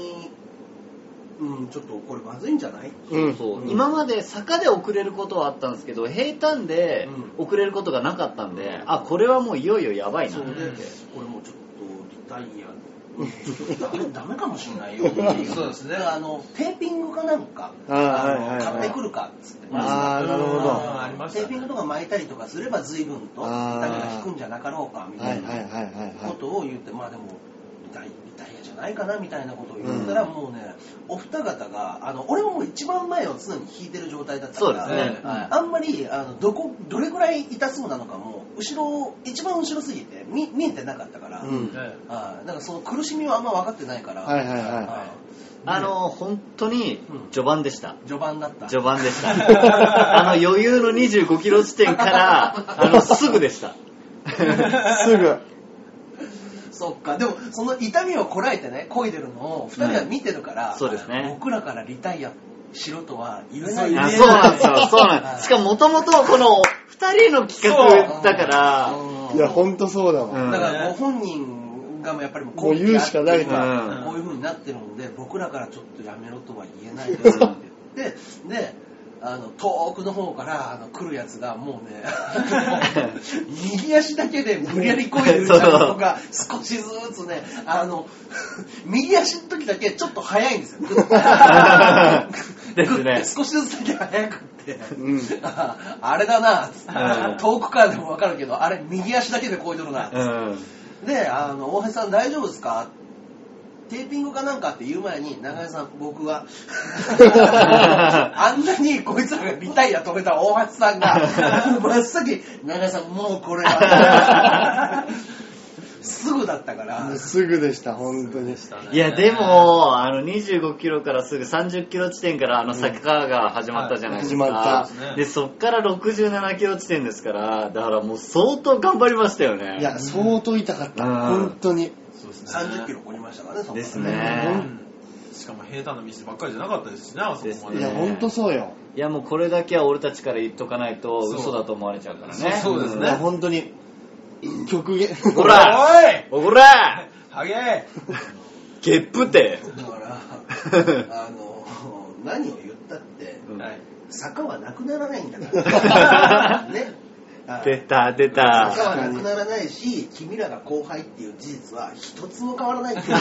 S1: 当に、うん、ちょっとこれまずいんじゃない
S2: うん
S4: そう
S1: うん
S4: 今まで坂で遅れることはあったんですけど平坦で遅れることがなかったんで、あこれはもういよいよやばいな
S1: そう
S4: っ
S1: で、
S4: て
S1: これもうちょっとリタイア、うんちょっとダメダメかもしれないよってい
S3: そうですね
S1: あの、テーピングかなんか、
S2: あー
S1: あの
S2: はいはいはい
S1: 買ってくるかっつって、
S2: あーなるほど
S1: うん
S3: ありました
S1: テ
S3: ね
S1: ーピングとか巻いたりとかすれば随分と痛みが引くんじゃなかろうかみ
S2: は
S1: た
S2: い
S1: い
S2: はいはい
S1: な
S2: はいは
S1: こ
S2: い
S1: とを言って、まあでも、リタイリタイアじゃないかなみたいなことを言ったら、もうね、お二方が、あの、俺ももう一番前を常に引いてる状態だったから、
S4: そうですね
S1: はいあんまり、あの、どこ、どれぐらい痛そうなのかも、後ろ、一番後ろすぎて、見、見えてなかったから、
S2: うん
S3: え
S1: はいなんかその苦しみはあんま分かってないから、
S2: はいはいはい
S4: あの本当に序盤でした
S1: 序盤だった。
S4: 序盤でした あの余裕の2 5キロ地点からあのすぐでした
S2: すぐ。
S1: そっか、でもその痛みをこらえてね、漕いでるのを2人は見てるから、
S4: うんそうですね
S1: 僕らからリタイアしろとは言え
S3: そ
S1: な
S3: う
S1: い
S3: 言え
S4: あ
S3: ない
S4: そうなんですよそうなんですしかももともとこの2人の企画だから
S1: うん
S2: いや、ほんとそうだわ。
S4: うん
S1: だからご本人がもうやっぱりもう
S2: もう言うしかない
S1: こういう
S4: な
S1: こういう風になってるんで、僕らからちょっとやめろとは言えないですって言って、で、あの遠くの方からあの来るやつがもうね、右足だけで無理やりこいでるちゃんとが少しずつね、あの、右足の時だけちょっと早いんですよ。グッ
S4: ですね
S1: 少しずつだけ早くって、
S2: うん
S1: あ あれだな、つって
S4: うん
S1: 遠くからでもわかるけど、あれ右足だけでこいでるな、
S4: うん
S1: で、あの、大橋さん大丈夫ですかっテーピングかなんかって言う前に、長井さん、僕 は、あ
S4: あ
S1: んなにこいつらがリタイア止めた大橋さんが、真っ先、長井さん、もうこれは、すぐだったから
S2: もう、すぐでした、本当に。
S4: いやで、も、あの25キロからすぐ30キロ地点からあのサッカーが始まったじゃないですか。
S2: はい始まった
S3: そうですね
S4: で、そっから67キロ地点ですから、だからもう相当頑張りましたよね。
S2: いや、相当痛かった、
S4: うん
S2: 本当に。
S3: そうですね
S1: 30キロ超えましたからね、そこ
S4: です
S3: う
S4: ね。
S3: んしかも平坦な道ばっかりじゃなかったですしね、あそこま
S2: い
S3: で。
S4: です
S2: や、
S4: ね
S2: 本当そうよ。
S4: いやもうこれだけは俺たちから言っとかないと
S3: そう
S4: 嘘だと思われちゃうからね。
S3: そうそうです
S2: い
S3: ね
S2: や、本当に。極限。
S4: ほらうんおこら
S3: おいハゲ
S4: ゲップって
S1: だから、あの、何を言ったって、
S4: うん
S3: はい
S1: 坂はなくならないんだ から。ね。はい
S4: 出た出
S1: 坂
S4: た。
S1: はなくならないし、君らが後輩っていう事実は一つも変わらないっていう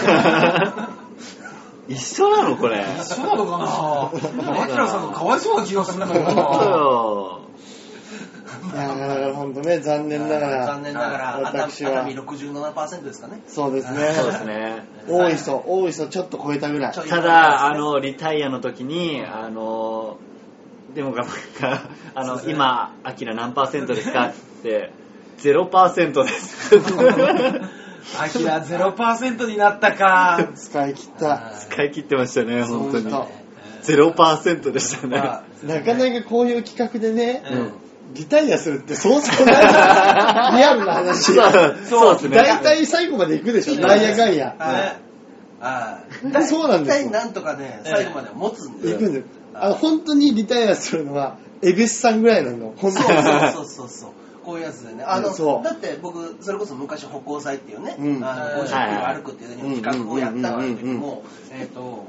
S4: 一緒なの これ。
S3: 一緒なのかなアキラさんがかわいそうな気がするんだけどな。
S4: 本当よ。
S2: いや、だから本当ね、残念ながら。
S1: 残念ながら、
S2: 私
S1: 熱
S2: は
S1: 海67%ですかね。
S2: そうです
S4: そうで
S2: ね。
S4: すね。
S2: 大磯、大磯ちょっと超えたぐらい
S1: ちょ。
S4: ただ、あの、リタイアの時に、あの、でも頑張った、あの、今、アキラ何パーセントですかって、0%です。
S3: アキラ0%になったか。
S2: 使い切った。
S4: 使い切ってましたね、本当に。
S2: 本
S4: 0%でしたね。
S1: まあ
S2: 当なかなかこういう企画でね、
S3: うん
S2: リタイアするってそうそうない。リアルな話。
S4: そうですね。
S2: 大体最後まで行くでしょ、なんやかんや。
S1: はいあ
S2: うんそうなんです
S1: 大
S2: よ
S1: 体なんとかね、最後まで持つんで。
S2: 行くんですよ。あの、本当にリタイアするのは、エビスさんぐらいなの。本 当
S1: そう
S2: に
S1: そうそうそうそう。こういうやつでね。あの、
S2: そう
S1: だって僕、それこそ昔歩行祭っていうね、
S2: うん
S1: あの50キロ歩くっていう企画をやったわけでも、えっ、と、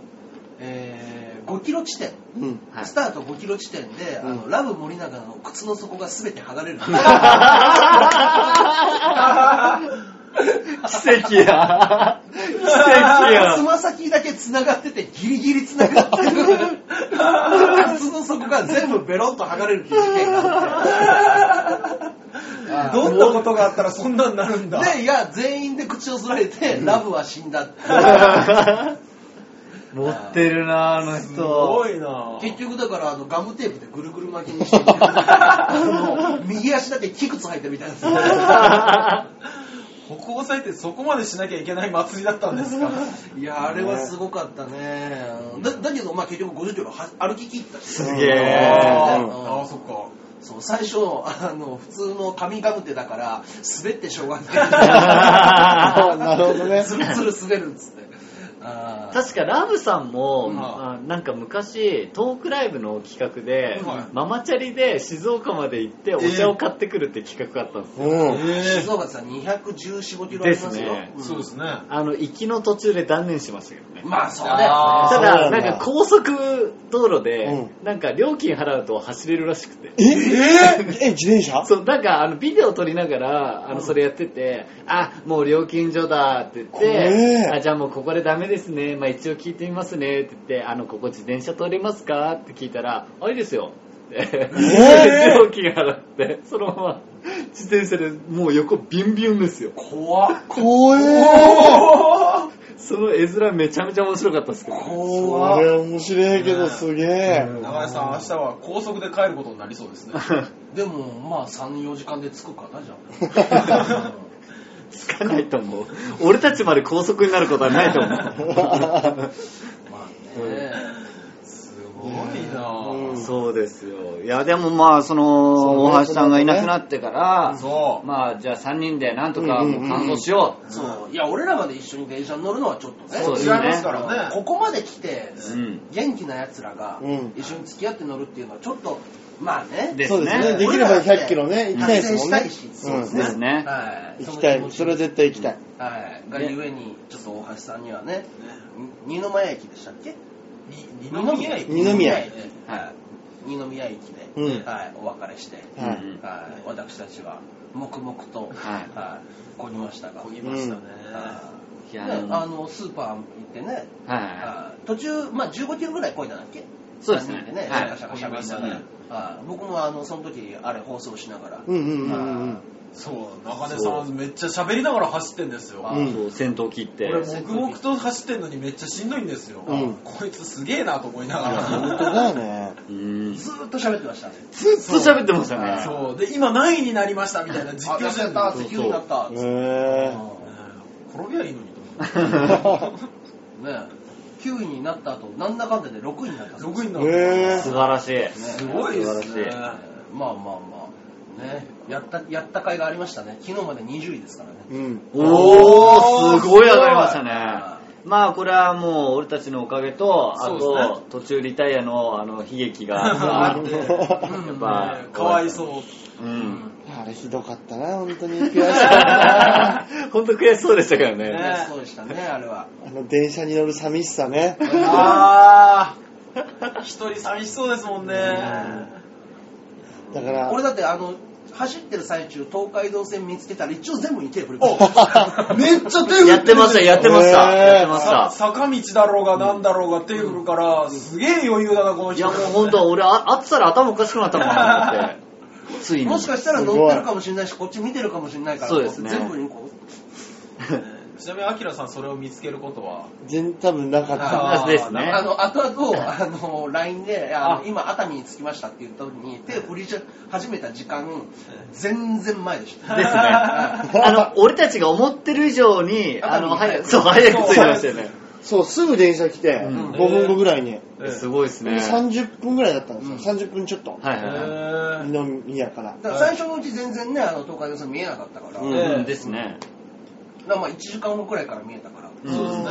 S1: えー5キロ地点、
S2: うん。
S4: はい
S1: スタート5キロ地点で、あのラブ森永の靴の底が全て剥がれる。
S4: 奇跡や。奇跡や
S1: つ。ま先だけ繋がっててギリギリ繋がってる靴の底が全部ベロンと剥がれるっていう事件があって
S3: どんなことがあったらそんなになるんだ。
S1: でいや全員で口をそられてラブは死んだって
S4: 持ってるな、あの人。
S3: すごいな
S1: 結局だからあのガムテープでぐるぐる巻きにしてあの右足だけ木靴履いてるみ たいな
S3: 歩行祭ってそこまでしなきゃいけない祭りだったんですか
S1: いやあれはすごかったねだだけどまあ結局50キロは歩き切ったし
S4: すげ
S3: あ
S4: え。
S1: うん
S3: あ、そっか。
S1: そう最初あの普通の紙ガム手だから滑ってしょうがない
S2: あなるほどね。
S1: つるつる滑るっつってあー
S4: 確かラブさんも、
S1: うん
S4: あなんか昔トークライブの企画で、
S3: はい
S4: ママチャリで静岡まで行ってお茶を買ってくるって企画があったんですよ、
S2: うん。
S3: え
S1: 静岡さん2 1 4 5キロありますよ
S4: ですね
S1: ん
S3: そうですね。
S4: あの行きの途中で断念しましたけどね
S1: まあそうだよ
S3: あ
S1: ね
S4: た
S2: そ
S4: だ
S2: うな
S4: なんん
S2: だ
S4: か高速道路で、
S2: う
S4: なんか料金払うと走れるらしくて
S2: えええ自転車
S4: そうなんかあのビデオ撮りながらあのそれやってて、あもう料金所だって言っ
S2: 怖え
S4: てあじゃあもうここでダメですね、まあ、一応聞いてみますねって言ってあのここ自転車通れますかって聞いたらあいいですよっ
S2: え
S4: て、料金払ってそのまま自転車でもう横ビュンビュンですよ
S1: 怖っ
S2: 怖え
S4: その絵面めちゃめちゃ面白かったですけど
S2: これ面白いけどすげえ。
S3: 長井さん、明日は高速で帰ることになりそうです ね。
S1: でもまあ34時間で着くかなじゃ あ
S4: つかないと思う俺たちまで高速になることはないと 思う
S1: まあね
S3: すごいな
S2: うん
S4: そうですよいやでもまあその
S2: そう
S4: 大橋さんがいなくなってから、
S3: そう。
S4: まあじゃあ3人でなんとか
S2: うんうん
S4: も
S2: うん
S4: う完走しよう、
S1: そういや俺らまで一緒に電車に乗るのはちょっとね
S4: そうです
S3: 違い
S4: ね
S3: ますからね。
S1: ここまで来て
S4: うん
S1: 元気なやつらが
S2: うん
S1: 一緒に付き合って乗るっていうのはちょっとまあね
S4: です
S2: そ
S4: ね
S2: うですね。できれば100キロね、行きたいですもん
S1: 達成し
S2: ね。
S1: たいし
S2: うん
S4: で
S1: です
S4: すね、
S1: はい
S2: 行きたい。それは絶対行きたい。
S1: はい、がゆえに、ちょっと大橋さんにはね、
S3: ね
S1: に二宮駅でしたっけ
S3: に二宮駅
S2: 二宮
S1: 駅で、はい、二宮駅で、
S2: うん
S1: はい、お別れして、
S2: うん
S4: う
S2: は
S4: ん
S2: い
S1: はい、私たちは黙々と、
S4: はい
S1: はい、こぎましたが、
S3: こぎましたね。
S1: はい
S4: いや
S1: で
S4: うん
S1: あのスーパー行ってね、
S4: はい
S1: はい途中、まあ、15キロぐらいこいだんだっけ、
S4: そうですね
S1: 三人でね、
S4: はい
S1: シャカシャカしゃべりながら、はい僕もあのその時あれ放送しながら、
S2: うんうんうんうん。
S3: そう中根さんめっちゃ喋りながら走ってんですよ
S1: あ
S2: うん
S4: そう先頭切って
S3: 俺黙々と走ってんのにめっちゃしんどいんですよ、
S2: うん
S3: こいつすげえなと思いなが
S2: 本当
S3: ら
S2: だよね。
S4: うんず
S1: ずーっと喋ってましたね
S4: っと喋ってましたね
S3: そうで今何位になりましたみたいな実
S1: あ
S3: 況
S1: 痩
S3: して
S1: せ
S3: ん
S1: た
S3: の
S1: 石油になったつって
S2: へ
S3: うん転びゃいいのにと思って
S1: うんね9位になった後なんだかんだで6位になったんですよ
S3: 6位にな
S2: え。へ
S4: 素晴らしい
S3: すごいです
S4: 素晴
S3: ね
S4: ら
S1: まあまあまあねやったやった甲斐がありましたね昨日まで20位ですからね
S2: え。 うん。
S4: おーすごい上がりましたね
S1: は
S4: まあこれはもう俺たちのおかげとあ
S3: そうです
S4: と途中リタイアのあの悲劇
S3: あ
S4: が
S3: って
S1: うん
S4: やっぱ
S3: ねかわいそう
S1: うんん
S2: あれひどかったな、本当に。悔しかったな。
S4: 本当悔しそうでしたけどね
S1: ねそうでしたねあれは
S2: あの、電車に乗る寂しさね。
S3: ああ一人寂しそうですもんね
S2: だから、
S1: 俺だってあの走ってる最中東海道線見つけたら一応全部行けよこれ
S3: おめっちゃ手振ってる
S4: やってましたやってました
S2: えー
S4: やってまし
S3: さ
S4: た
S3: 坂道だろうがなんだろうが手振るから、すげえ余裕だなこの
S4: い
S3: 人
S4: やもう本当俺ああってたら頭おかしくなったもんなってついに
S1: もしかしたら乗ってるかもしれないしこっち見てるかもしれないから
S4: そうですね
S1: 全部にこ
S3: ちなみにアキラさんそれを見つけることは
S2: 全多分なかった。
S3: あー
S4: です
S1: う
S4: ね
S1: あの後々 あの LINE であの
S3: あ
S1: 今熱海に着きましたって言った時に手振り始めた時間全然前でした
S4: ですね。あの、俺たちが思ってる以上に、あの、
S1: 早く
S4: 早く、そう、早く着いてましたよね。
S2: そう、すぐ電車来て、
S4: うん
S2: 5分後ぐらいに。
S4: す
S3: い、
S4: ごいですね。はい
S2: 30分ぐらいだったんですよ。
S1: うん
S2: 30分ちょっと。
S4: はい
S3: え
S4: は
S3: ー
S2: 二宮から。
S1: だから最初のうち全然ねあの東海道線見えなかったから,、
S2: うん
S1: だか
S4: い。う
S3: ええ
S4: ん、ですね。
S1: らまあ1時間後くらいから見えたから、
S4: うん
S3: そうですね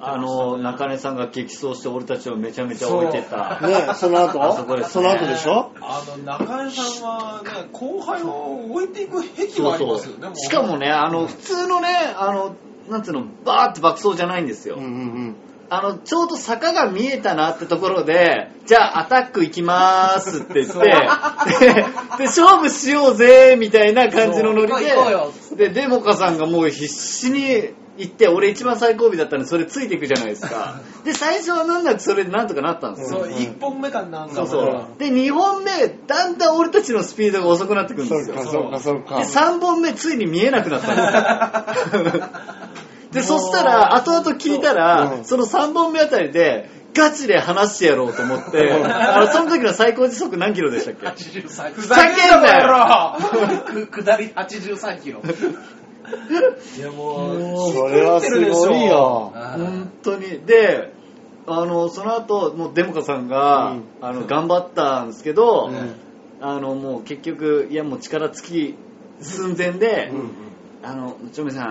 S4: あの、中根さんが激走して俺たちをめちゃめちゃ置いてった。
S2: ね、その後
S4: あそこですね
S2: の後でしょ
S3: あの中根さんはね後輩を置いていく癖
S4: そ
S3: はあ
S4: う
S3: りま
S4: そ
S3: すよね
S4: う。しかもね、あの、普通のね、あの、なんつうの、バーって爆走じゃないんです
S2: う
S4: よ
S2: ん。うん
S4: あの、ちょうど坂が見えたなってところで、じゃあアタック行きまーすって言って、で、で勝負しようぜみたいな感じのノリ
S1: そう行こうよ
S4: で、で、デモカさんがもう必死に行って、俺一番最後尾だったんで、それついていくじゃないですか。で、最初はなんなくそれでなんとかなったんですよ。
S3: そう一本目かなんか
S4: そう
S3: も
S4: そう。で、2本目、だんだん俺たちのスピードが遅くなってく
S2: う
S4: る
S2: ん。
S4: ん
S2: そ
S4: で
S2: う
S4: すよ。
S2: か、そうか、そうか
S4: で、。3本目ついに見えなく なったんですよで、そしたら、後々聞いた
S2: う
S4: ら、
S2: ん
S4: その3本目あたりで、ガチで話してやろうと思っ て、あのその時の最高時速何キロでしたっけ
S1: 83
S3: ふ
S1: キ
S3: ざけんなよ
S1: ロ下り83キロ
S3: いやもう
S2: それはすごいよ。
S1: あ
S4: 本当に。で、あの、その後、もうデモカさんが、
S2: うん
S4: あの、頑張ったんですけど、
S2: うん
S4: あの、もう結局、いや、もう力尽き寸前で、あの、ちょめさ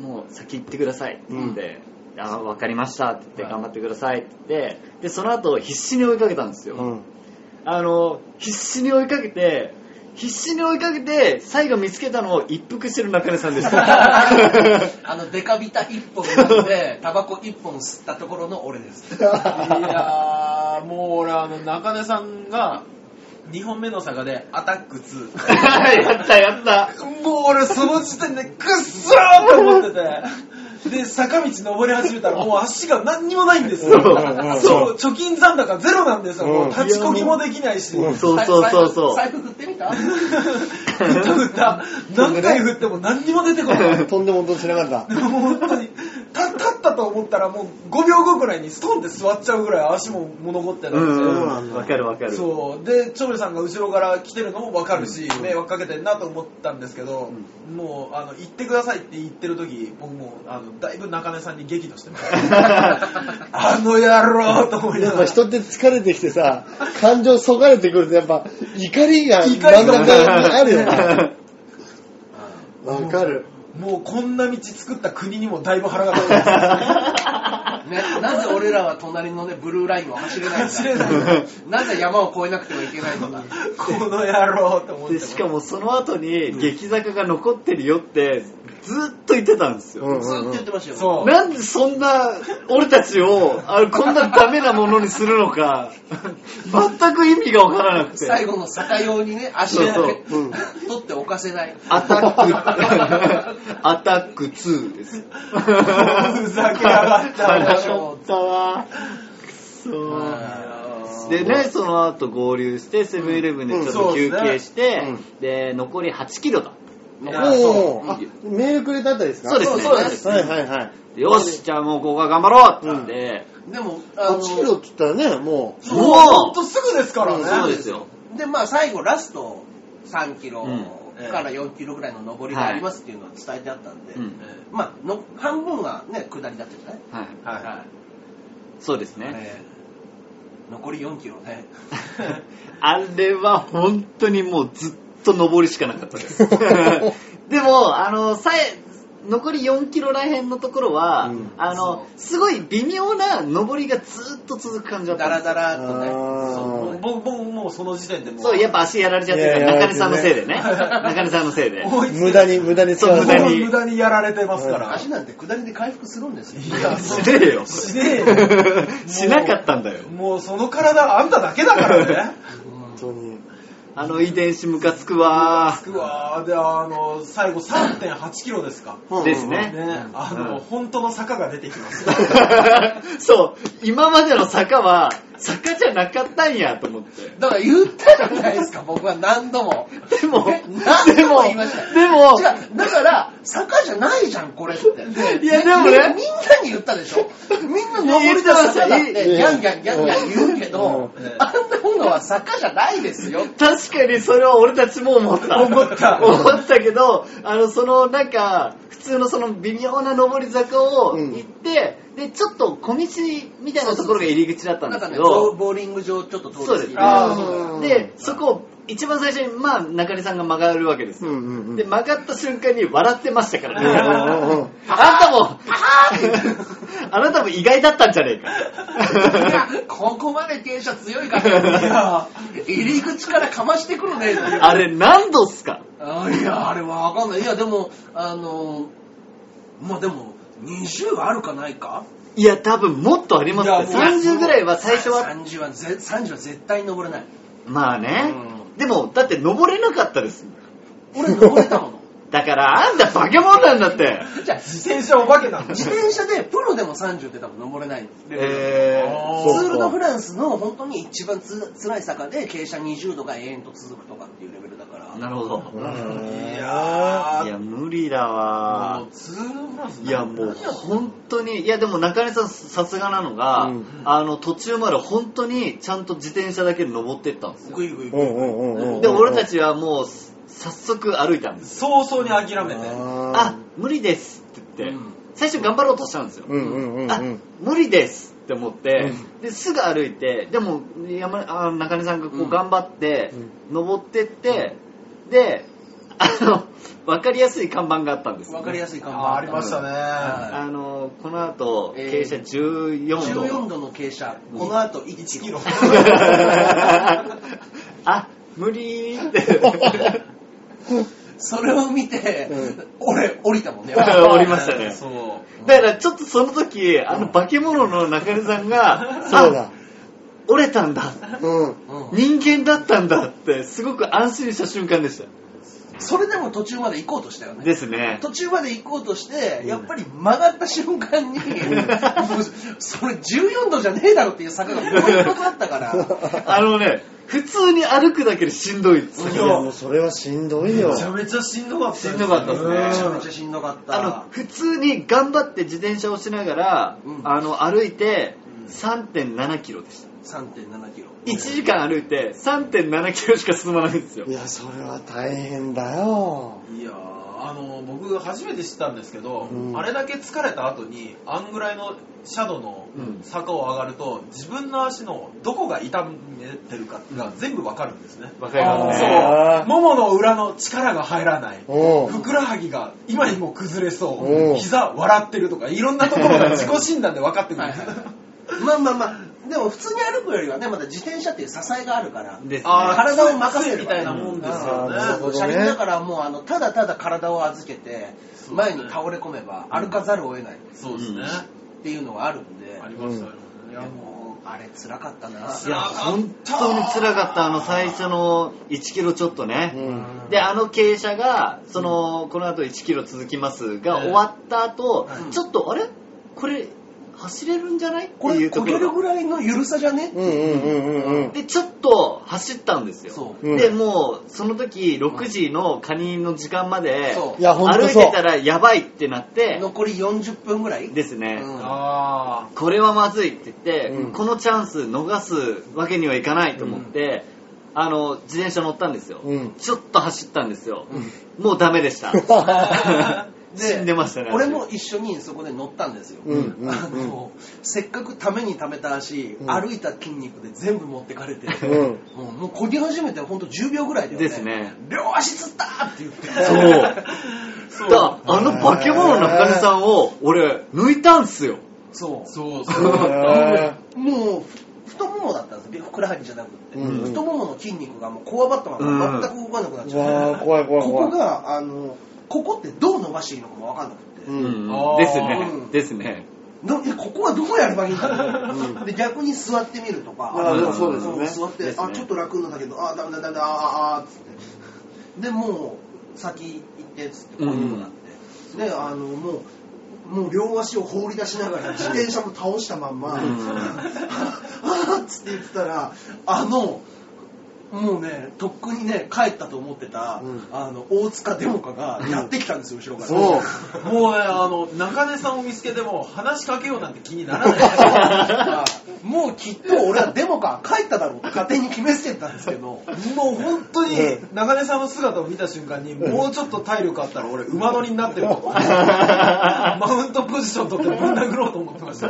S4: ん、もう先行ってくださいって言って、あわかりましたって言って、
S1: はい
S4: 頑張ってくださいって言って、で、その後、必死に追いかけたんですよ。
S2: うん。
S4: あの、必死に追いかけて、必死に追いかけて、最後見つけたのを一服してる中根さん で した。
S1: あのデカビタ1本飲んでタバコ1本吸ったところの俺です
S3: いやーもう俺あの中根さんが2本目の坂でアタック2
S4: やったやった。
S3: もう俺その時点でくっそーって思ってて。で、坂道登り始めたらもう足が何にもないんですよ。
S4: そう
S3: そう貯金残高ゼロなんですよ。もう
S2: うん
S3: 立ちこぎもできないし。
S2: う
S3: 振
S2: ん
S4: そうそうそうそう。
S1: 財布財布振ってみ た
S3: った振った。何回振っても何にも出てこない。
S2: とんでもとんしなかった。
S3: 本当にた立ったと思ったらもう5秒後くらいにストンって座っちゃうぐらい足も物残ってたん
S4: う
S3: ですよ。
S4: んうん、わかるわかる。
S3: そうでチョメさんが後ろから来てるのも分かるし、迷惑かけてんなと思ったんですけど、もうあの行ってくださいって言ってる時僕もうあのだいぶ中根さんに激怒してます あの野郎と思い
S2: や
S3: な
S2: っ
S3: が
S2: ぱ
S3: ら
S2: 人って疲れてきてさ、感情そがれてくるとやっぱ怒りが真ん
S3: 怒りが
S2: 中にあるよね。 わかる。
S3: もうこんな道作った国にもだいぶ腹が立ってま
S1: ね、なぜ俺らは隣のねブルーラインを走れないんだ
S3: 走れない
S1: なぜ山を越えなくてはいけないのだ
S3: すこの野郎と思って
S4: で
S3: ます
S4: しかもその後に激坂が残ってるよってずっと言ってたんですよ、
S2: うん
S1: ず
S2: う
S1: っと
S2: んう
S1: 言っ
S2: ん
S1: てましたよ
S3: そう
S4: なんでそんな俺たちをあのこんなダメなものにするのか全く意味がわからなくて
S1: 最後の坂用にね足だけ
S4: そう
S2: そううん
S1: 取っておかせない
S4: アタックアタック2です
S3: ふざけやがった
S4: 悲しかったわくそ
S1: うん
S4: ー
S2: うん
S4: でね、その後合流して、セブンイレブンでちょっと休憩して、
S2: うん
S4: で、残り8キロだ。
S2: おお、あ、メールくれたあたりですか
S4: そうですね
S2: そうです。はいはいはい。
S4: よし、じゃあもうここは頑張ろうってなって、
S1: でも、あの
S2: 8キロって言ったらね、も
S3: そう
S4: もう
S3: ほんとすぐですからね。
S4: そうですよ。
S1: で、まあ最後ラスト3キロ
S4: うん
S1: から4キロぐらいの上りがありますっていうのを伝えてあったんで、
S4: うん
S1: まあの半分がね、下りだったじゃない
S4: は
S3: は
S4: い。
S3: い
S1: は
S4: そうです
S1: い
S4: ね。
S1: えー残り4キロね。
S4: あれは本当にもうずっと上りしかなかったです。でも、あの、さえ、残り4キロらへんのところは、
S2: うん
S4: あの、すごい微妙な上りがずっと続く感じだっ
S1: だ
S4: たん
S1: ら
S4: で
S1: だ
S4: すよ。
S1: らっとね。
S2: あー
S1: そう
S3: 僕、僕もうその時点でもう。
S4: そう、やっぱ足やられちゃってる
S2: いや
S4: から、
S2: いや
S4: 中根さんのせいでね。中根さんのせ いで。
S3: 思
S2: う、
S3: いつき
S2: 無駄に、無駄に使わ
S4: そう無駄
S2: せ
S4: に
S3: もう無駄にやられてますから。
S1: 足なんて下りで回復するんですよ。
S3: いや、そ
S4: しねえよ。
S3: しねえよ。
S4: しなかったんだよ。
S3: もうその体あんただけだからね。
S2: 本当に。
S4: あの遺伝子ムカつくわ
S3: うわーで、あの、最後3.8キロですか。
S4: ー。ですね。
S3: ね、あの、
S4: うん
S3: 本当の坂が出てきます。
S4: そう、今までの坂は、坂じゃなかったんやと思って。
S1: だから言ったじゃないですか、僕は何度も。
S4: でも、
S1: え 何
S4: で
S1: 度
S4: も、
S1: も
S4: で
S1: 言いましたよ
S4: も、
S1: 違う、だから、坂じゃないじゃん、これって。
S4: いやで
S1: みんな
S4: もね
S1: みんなに言ったでしょみんな登りの坂だって、ギ
S2: 言
S1: ャ
S2: っ
S1: ンギャン
S2: てまし
S1: ギ
S2: た
S1: ャンギャン言うけど
S3: うんうん、
S1: あんなものは坂じゃないですよ。
S4: 確かにそれは俺たちも思った。
S3: 思った
S4: 思ったけど、あの、その、なんか、普通のその微妙な上り坂を
S2: うん
S4: 行って、で、ちょっと小道みたいなところが入り口だったん
S1: な
S4: で
S1: んか
S4: すけ
S1: ね、
S4: ど。
S1: ボボーリング場ちょっと
S4: そう
S1: 通り
S4: で
S1: 過ぎ
S4: すね
S1: て
S3: あー
S2: そうだ
S4: で、そこを一番最初に、まあ、中根さんが曲がるわけです
S2: う
S4: よ。
S2: んうんうん。
S4: で、曲がった瞬間に笑ってましたから
S2: うん
S4: ね。
S2: うんうん
S4: あなた も、あなたも意外だったんじゃねえ
S1: いや
S4: か。
S1: ここまで傾斜強いから、いや入り口からかましてくるね、
S4: あれ何度っすか
S1: あいや、あれはわかんない。いや、でも、あの、まあでも、20はあるかないか
S4: いや、多分もっとありますよ。
S3: いやもう
S4: 30ぐらいは最初は。
S1: 30はぜ30は絶対登れない。
S4: まあね。
S1: う
S4: でも、だって登れなかったです。
S1: 俺 登れたもの。
S4: だから、あんた化け物なんだって。
S1: じ ゃあ
S3: 自転車お化けなんだ
S1: 自転車でプロでも30って多分登れない。
S4: えー、
S2: そう
S1: ツール・ド・フランスの本当に一番つ辛い坂で傾斜20度が延々と続くとかっていうレベルだから。
S4: なるほど。
S3: い
S4: い
S3: や
S4: や、無理だ
S3: ー、
S4: わ
S3: もう。ツールフランス
S4: いやもう本当にいやでも中根さんさすがなのが、
S2: うん
S4: あの途中まで本当にちゃんと自転車だけで登ってったんですよ
S1: ぐいぐいぐ
S2: う
S1: い。
S2: んうんうんうんうん。
S4: で俺たちはもう早速歩いたんです
S3: 早々に諦めて。
S4: あ
S2: あ
S4: 無理ですって言って、
S1: うん
S4: 最初頑張ろうとしたんですよ、
S2: うんうんうんうん
S4: あ無理ですって思って、ですぐ歩いてでも山あ中根さんがこ
S1: う
S4: うん頑張って、登ってってであの 分かりやすい看板があったんですよ
S1: わかりやすい
S3: あ
S1: 看板
S3: ーありましたね。
S1: は
S4: あのこの後
S1: えー
S4: 傾斜14度、
S1: 14度の傾斜。この後1キロ。
S4: あ無理ーって
S1: それを見て
S2: うん、
S1: 俺降りたもんね。
S4: 降りましたね
S3: そう。
S4: だからちょっとその時あの化け物の中根さんが
S2: そうだ。
S4: あ折れたんだ
S2: うん。
S1: うん
S4: 人間だったんだってすごく安心した瞬間でし
S1: それでも途中まで行こうとしたよ
S4: た
S1: ね。
S4: ですね
S1: 途中まで行こうとして、やっぱり曲がった瞬間に、もうそれ14度じゃねえだろっていう坂がもう一発あったから、
S4: あのね普通に歩くだけでしんどいっす
S2: いや、もうそれはしんどいよ
S3: め。ちゃめちゃしんどかったす。
S4: しんどかったですね
S1: めちゃ
S3: うん
S1: めちゃしんどかっ
S4: あの
S1: た。
S4: 普通に頑張って自転車をしながら、
S1: うん
S4: あの歩いて3.7キロでした
S1: 3.7キロ。
S4: 1時間歩いて3.7キロしか進まないんですよ
S2: いや、それは大変だよ。
S3: いやーあの僕初めて知ったんですけど、
S2: うん
S3: あれだけ疲れた後にあんぐらいのシャドウの坂を上がると、自分の足のどこが痛めてるかが全部わかるんですね、
S4: わかります
S3: そ
S4: ね
S2: あー
S3: うももの裏の力が入らない
S2: お
S3: ふ
S2: う。
S3: くらはぎが今にも崩れそ
S2: お
S3: う
S2: う
S3: 膝笑ってるとかいろんなところが自己診断で分かってくるんです
S1: まあまあまあ、でも普通に歩くよりはね、まだ自転車っていう支えがあるから、
S4: ですね
S3: あー
S1: 体を任せる
S3: みたいなもんですよね
S2: あーなるほどね
S1: 車輪だからもうあのただただ体を預けて前に倒れ込めば歩かざるを得ないっ
S3: そうですね、
S1: ていうのがあるんで
S3: ありましたよ、い
S1: い
S3: や
S1: や
S3: もう
S1: もうあれ辛かったない
S4: や、本当に辛かった、あの、最初の1キロちょっと
S2: う
S4: ね。
S2: ん。
S4: で、あの傾斜が、その、この後1キロ続きますが、
S3: ええ
S4: 終わった
S1: は、
S4: 後
S1: い
S4: ちょっと、あれこれ、走れるんじゃないって
S1: これ
S4: いうと
S1: 焦
S4: こ
S1: げる
S4: ろ
S1: ぐ
S4: が
S1: らいの緩さじゃね
S2: うんうんうんうんうん。
S4: でちょっと走ったんですよ
S1: そう
S2: うん
S4: でもうその時6時のカニの時間まで
S1: そう
S2: いや、ほん
S4: 歩
S2: と
S4: い
S2: そう
S4: て。たらやばいってなって
S1: 残り40分ぐらい
S4: ですね、
S1: うん
S3: あ
S4: これはまずいって言って、
S2: うん
S4: このチャンス逃すわけにはいかないと思って、あの自転車乗ったんですよ、
S2: うん
S4: ちょっと走ったんですよ、もうダメ でした死んでましたね
S1: 俺も一緒にそこで乗ったんですよ、
S2: うんうんうん
S1: あのせっかくためにためた足、
S2: うん
S1: 歩いた筋肉で全部持ってかれて、
S2: うん
S1: もうもう漕ぎ始めてほんと10秒ぐらいだよね
S4: ですね
S1: 両足つったーって言って
S4: そう
S1: そう
S4: だあの化け物の中根さんを俺抜いたんすよ
S1: そう
S3: あそう
S2: へ
S3: そう
S2: ー
S1: もうふ太ももだったんですよふくらはぎじゃなくって、
S2: うんうん
S1: 太ももの筋肉がもうこわばったまま全く動かなくなっち
S2: う
S1: ゃって、
S2: わー怖い怖い怖
S1: こ
S2: い。
S1: こがあのここってどう伸ばしていいのかも分かんなくて、
S2: う。
S4: うん
S3: あー
S4: ですね
S1: うん
S4: ですね
S1: のえここはどうやればいいんだろう、で逆に座ってみるとか、
S2: あ
S4: でもそうです
S2: ね
S1: 座って、
S4: ですね
S1: あちょっ と楽になったけどあダメだダメだあーあーあーっつってでもう先行ってっつってこういうのがあって、であのもうもう両足を放り出しながら自転車も倒したまんま、
S4: うん
S1: ああっつって言ってたらあのもうねとっくにね帰ったと思ってた、
S2: うん
S1: あの大塚デモカがやってきたんですよ後ろから。
S2: そう。
S3: もうねあの中根さんを見つけても話しかけようなんて気にならない
S1: もうきっと俺はデモか帰っただろうって勝手に決めつけてたんですけど
S3: もう本当に中根さんの姿を見た瞬間にもうちょっと体力あったら俺馬乗りになってる と思うマウントポジション取ってぶん殴ろうと思ってました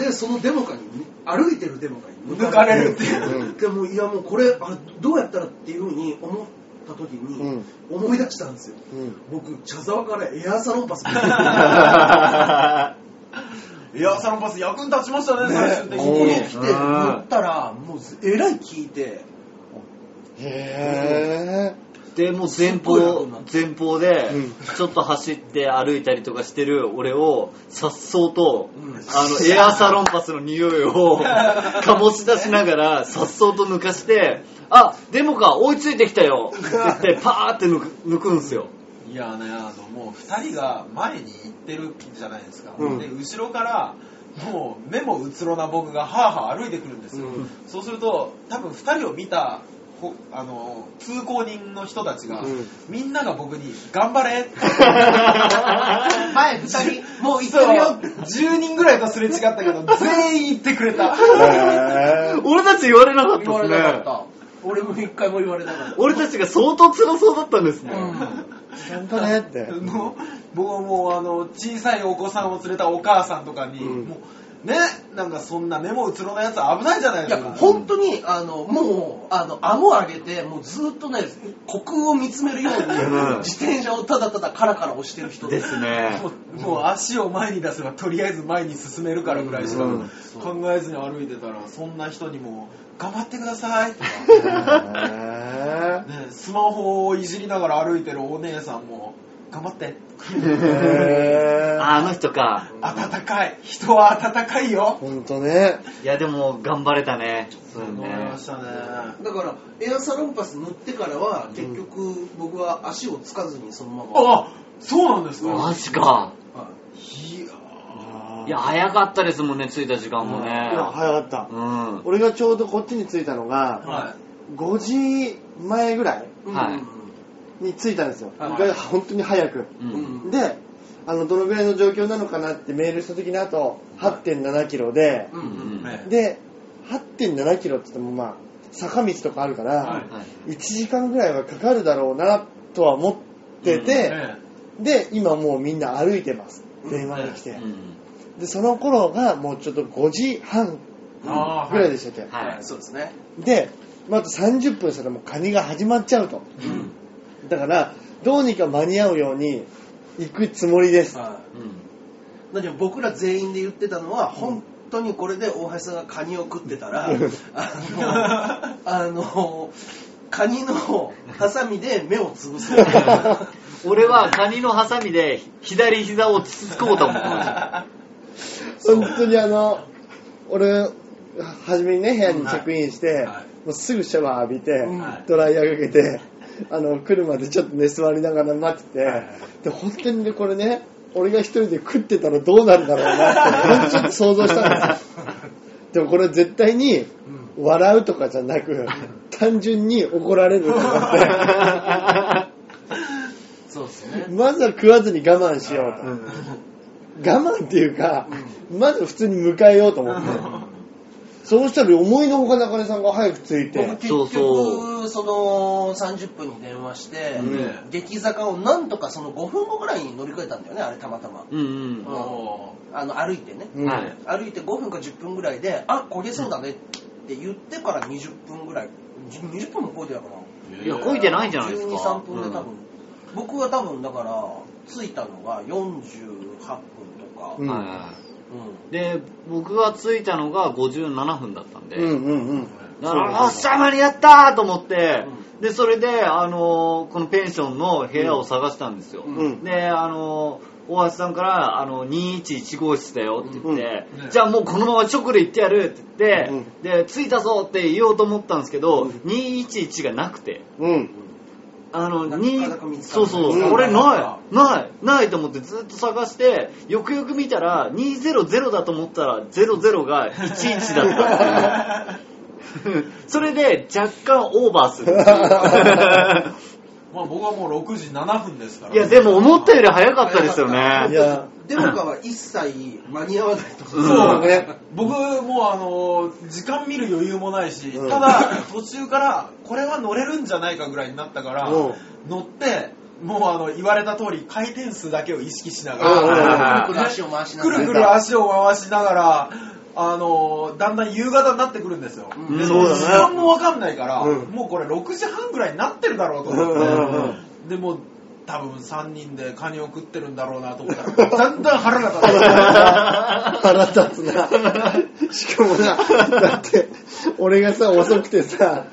S1: でそのデモかに歩いてるデモかに
S3: 抜かれるっていう
S2: うん
S1: でもういやもうこれあどうやったらっていうふうに思った時に思い出したんですよ、
S2: うん
S1: 僕茶沢からエアサロンパス
S3: いやサロンパス役に立ちましたね最終的
S1: こ
S3: に
S1: こに来て
S4: うん
S1: 乗ったらもうえらい聞いて
S2: へ
S4: でもう前
S1: すっごい楽
S4: 方
S1: になっ
S4: 前方で
S2: うん
S4: ちょっと走って歩いたりとかしてる俺をさっそうと、
S1: うん
S4: あのエアサロンパスの匂いを 醸し出しながらさっそうと抜かしてあでもか追いついてきたよって言ってパーって抜く抜くんすよ
S3: いやねあのもう2人が前に行ってるじゃないですか、
S2: うん
S3: で後ろからもう目もうつろな僕がハーハー歩いてくるんですよ、
S2: うん
S3: そうすると多分2人を見たほあの通行人の人たちが、
S2: うん
S3: みんなが僕に「頑張れ!」って
S1: 前2人 もう行ってるよって
S3: そう10人ぐらいとすれ違ったけど全員言ってくれた
S2: ぇー。
S4: 俺たち言われなかっ
S1: 言わ
S4: た
S1: れ
S4: で
S1: なかっ
S4: すね
S1: た俺も一回も言われなかった
S4: 俺たちが相当辛そうだったんですね、
S2: ちゃんとねって。
S3: もう僕はもうあの小さいお子さんを連れたお母さんとかに、
S2: うん
S3: もうねなんかそんな目もうつろなやつ危ないじゃない
S1: い
S3: で
S1: や
S3: すか
S1: 本当にあのもうあの顎を上げてもうずっとね虚空を見つめるように
S4: うん
S1: 自転車をただただカラカラ押してる人
S4: ですね
S3: もうもう足を前に出せばとりあえず前に進めるからぐらいしか
S2: うん
S3: 考えずに歩いてたらそんな人にも「頑張ってください」とか、
S2: へ
S3: ね、スマホをいじりながら歩いてるお姉さんも「頑張って」
S2: ぇー。
S4: ああの人か
S3: 温かい人は温かいよ
S2: ほんとね。
S4: いやでも頑張れたねそう
S3: 思い
S4: ね
S3: ましたね
S1: だからエアサロンパス塗ってからは結局僕は足をつかずにそのまま、
S3: あそうなんですか
S4: マジか
S1: はい
S3: や
S4: いや、早かったですもんね、着いた時間も
S2: いや、
S4: ね。
S2: 早かった。
S4: うん。
S2: 俺がちょうどこっちに着いたのが、
S3: は
S2: 5時前ぐらい
S1: い
S4: はい
S2: に着いたんですよ。
S1: はい
S2: が本当に早く。
S4: う
S1: うん
S4: ん。
S2: で、あの、どのぐらいの状況なのかなってメールした時の後、8.7キロで、
S1: うんうん
S4: うん
S3: い
S2: で、8.7キロって言ってもまあ、坂道とかあるから、
S3: はい
S4: はい
S2: 1時間ぐらいはかかるだろうなとは思ってて、
S3: ね
S2: で今もうみんな歩いてます電話が来て、
S4: うん
S2: でその頃がもうちょっと5時半
S3: あー
S2: ぐらいでしたっけ、
S4: はい
S1: はいそうですね
S2: で、まあ、あと30分したらもうカニが始まっちゃうと
S4: うん
S2: だからどうにか間に合うように行くつもりです、
S1: は
S4: うん
S1: いだけど僕ら全員で言ってたのは本当にこれで大橋さんがカニを食ってた らあのあのカニのハサミで目を潰そう
S4: 俺はカニのハサミで左膝をつつこうと思ってました。
S2: 本当にあの俺初めにね部屋にチェックインして、
S3: はい
S2: もうすぐシャワー浴びて、
S1: はい
S2: ドライヤーかけてあの来るまでちょっと寝座りながら待ってて、で本当にねこれね俺が一人で食ってたらどうなるだろうなって、ちょっと想像したん ですよ。でもこれ絶対に、笑うとかじゃなく、単純に怒られると思っ
S1: そうですね
S2: て、。まずは食わずに我慢しようと。我慢っていうか、まず普通に迎えようと思って。そうしたら思いのほか中根さんが早く着い
S1: 僕
S2: て、
S1: 結
S4: そう
S1: 局
S4: そ
S1: その30分に電話して、
S4: うん
S1: 激坂をなんとかその5分後ぐらいに乗り越えたんだよねあれたまたま、
S4: うんうん
S1: あの歩いてね、
S2: うん
S4: はい
S1: 歩いて5分か10分ぐらいであ焦げそうだねって言ってから20分ぐらい20分も超えてたかない
S4: や超えてないんじゃないですか
S1: 123分で多分、
S4: う
S1: 僕は多分だから着いたのが48分とか、
S2: うん
S4: はい
S1: うん
S4: で僕が着いたのが57分だったんで、
S2: うんうんうん。
S4: だからあっしゃ間に合ったと思って、でそれで、あのーこのペンションの部屋を探したんですよ、
S2: うん
S4: で、あのー大橋さんから、あの211号室だよって言って、
S3: うん
S4: じゃあもうこのまま直で行ってやるって言って、
S2: うん
S4: で着いたぞって言おうと思ったんですけど、
S2: うん
S4: 211がなくて。
S2: うん。
S4: あの、
S1: な
S4: に
S1: なかなか見、つか
S4: そ
S1: な
S4: う
S1: い
S4: そうう、
S2: ん
S4: これない、ない、ないと思ってずっと探して、よくよく見たら、200だと思ったら、00が11だったっていう。それで、若干オーバーするっていう。
S3: まあ僕はもう6時7分ですから。
S4: いや、でも思ったより早かったですよ
S2: い
S4: ね。
S2: や、
S1: デモカは一切間に合わないと思う、
S4: うん
S3: そう
S2: ね
S3: 僕もうあのー時間見る余裕もないし、
S2: うん
S3: ただ途中からこれは乗れるんじゃないかぐらいになったから、
S2: うん
S3: 乗ってもうあの言われた通り回転数だけを意識しなが
S2: うんうんうん
S3: ら、
S1: くるくる足を回しな
S3: く
S1: がら
S3: るくる足を回しながらあのーだんだん夕方になってくるんですよ、
S4: うん
S3: で
S4: そうだね
S3: 時間もわかんないから、
S2: うん
S3: もうこれ6時半ぐらいになってるだろうと
S2: うんう
S3: 思っ
S2: ん
S3: て、
S2: うん
S3: でもう多分3人でカニを食ってるんだろうなと思ったらだんだん腹が立って
S2: 腹立つな。しかもな、だって、俺がさ、遅くてさ、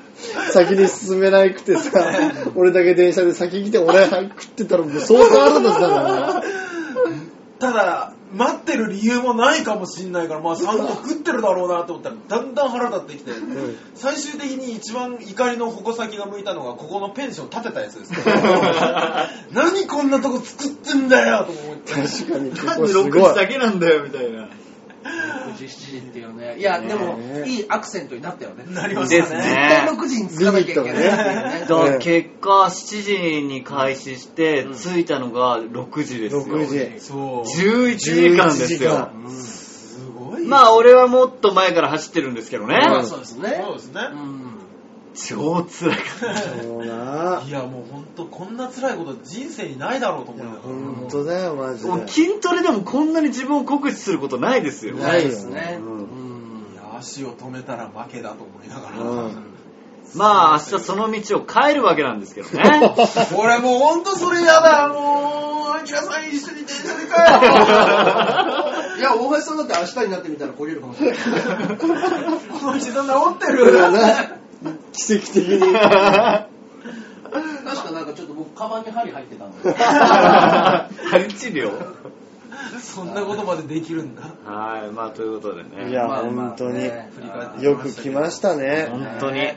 S2: 先に進めなくてさ、俺だけ電車で先来て、俺食ってたらもう相当腹立つだからな。
S3: ただ待ってる理由もないかもしんないからまあ3個食ってるだろうなと思ったらだんだん腹立ってきて、
S2: ん
S3: 最終的に一番怒りの矛先が向いたのがここのペンション建てたやつです何こんなとこ作ってんだよと思って
S2: 確かに、こ
S4: なん
S2: こ
S4: です
S2: ご
S4: 6
S2: い。
S4: 時だけなんだよ、みたいな。
S1: 6時7時っていうねいやでも
S2: ねえ
S1: いいアクセントになったよね
S3: なりまし
S4: です
S3: たね
S1: 絶対
S4: ね。
S1: 6時に着かなきゃいけないっていう
S4: だ
S1: ね
S2: グ
S4: から結果、7時に開始して、
S1: ん
S4: 着いたのが6時ですよ。
S2: 6時。
S3: そう
S4: 11時間ですよ。
S1: うん
S3: すごい
S4: まあ俺はもっと前から走ってるんですけどね。
S1: まあそうですね
S3: そうですね、
S1: うん
S4: 超辛かった。
S2: そうない
S3: やもうほんとこんな辛いこと人生にないだろうと思いながら
S2: 本当だよ、マジで。
S4: もう筋トレでもこんなに自分を酷使することないですよ。
S1: ないですね
S2: う
S1: うん
S3: い
S1: ん
S3: や足を止めたら負けだと思いながら、
S2: うん
S4: まあ明日その道を変えるわけなんです けどね。
S3: 俺もうほんとそれやだもうアキラさん一緒に電車で帰ろう
S1: いや大橋さんだって明日になってみたら焦げるかもしれない
S3: この膝治って
S2: こ れは
S3: る
S2: な、奇跡的に。
S1: 確かなんかちょっと僕カバンに針入ってたんで
S4: 針治療
S3: そんなことまでできるんだ
S4: はい、まあということでね。
S2: いや、
S1: まあまあ
S2: 本当に。
S1: ね
S3: 振り返って
S2: よく来ましたね。
S4: 本当に。
S1: うん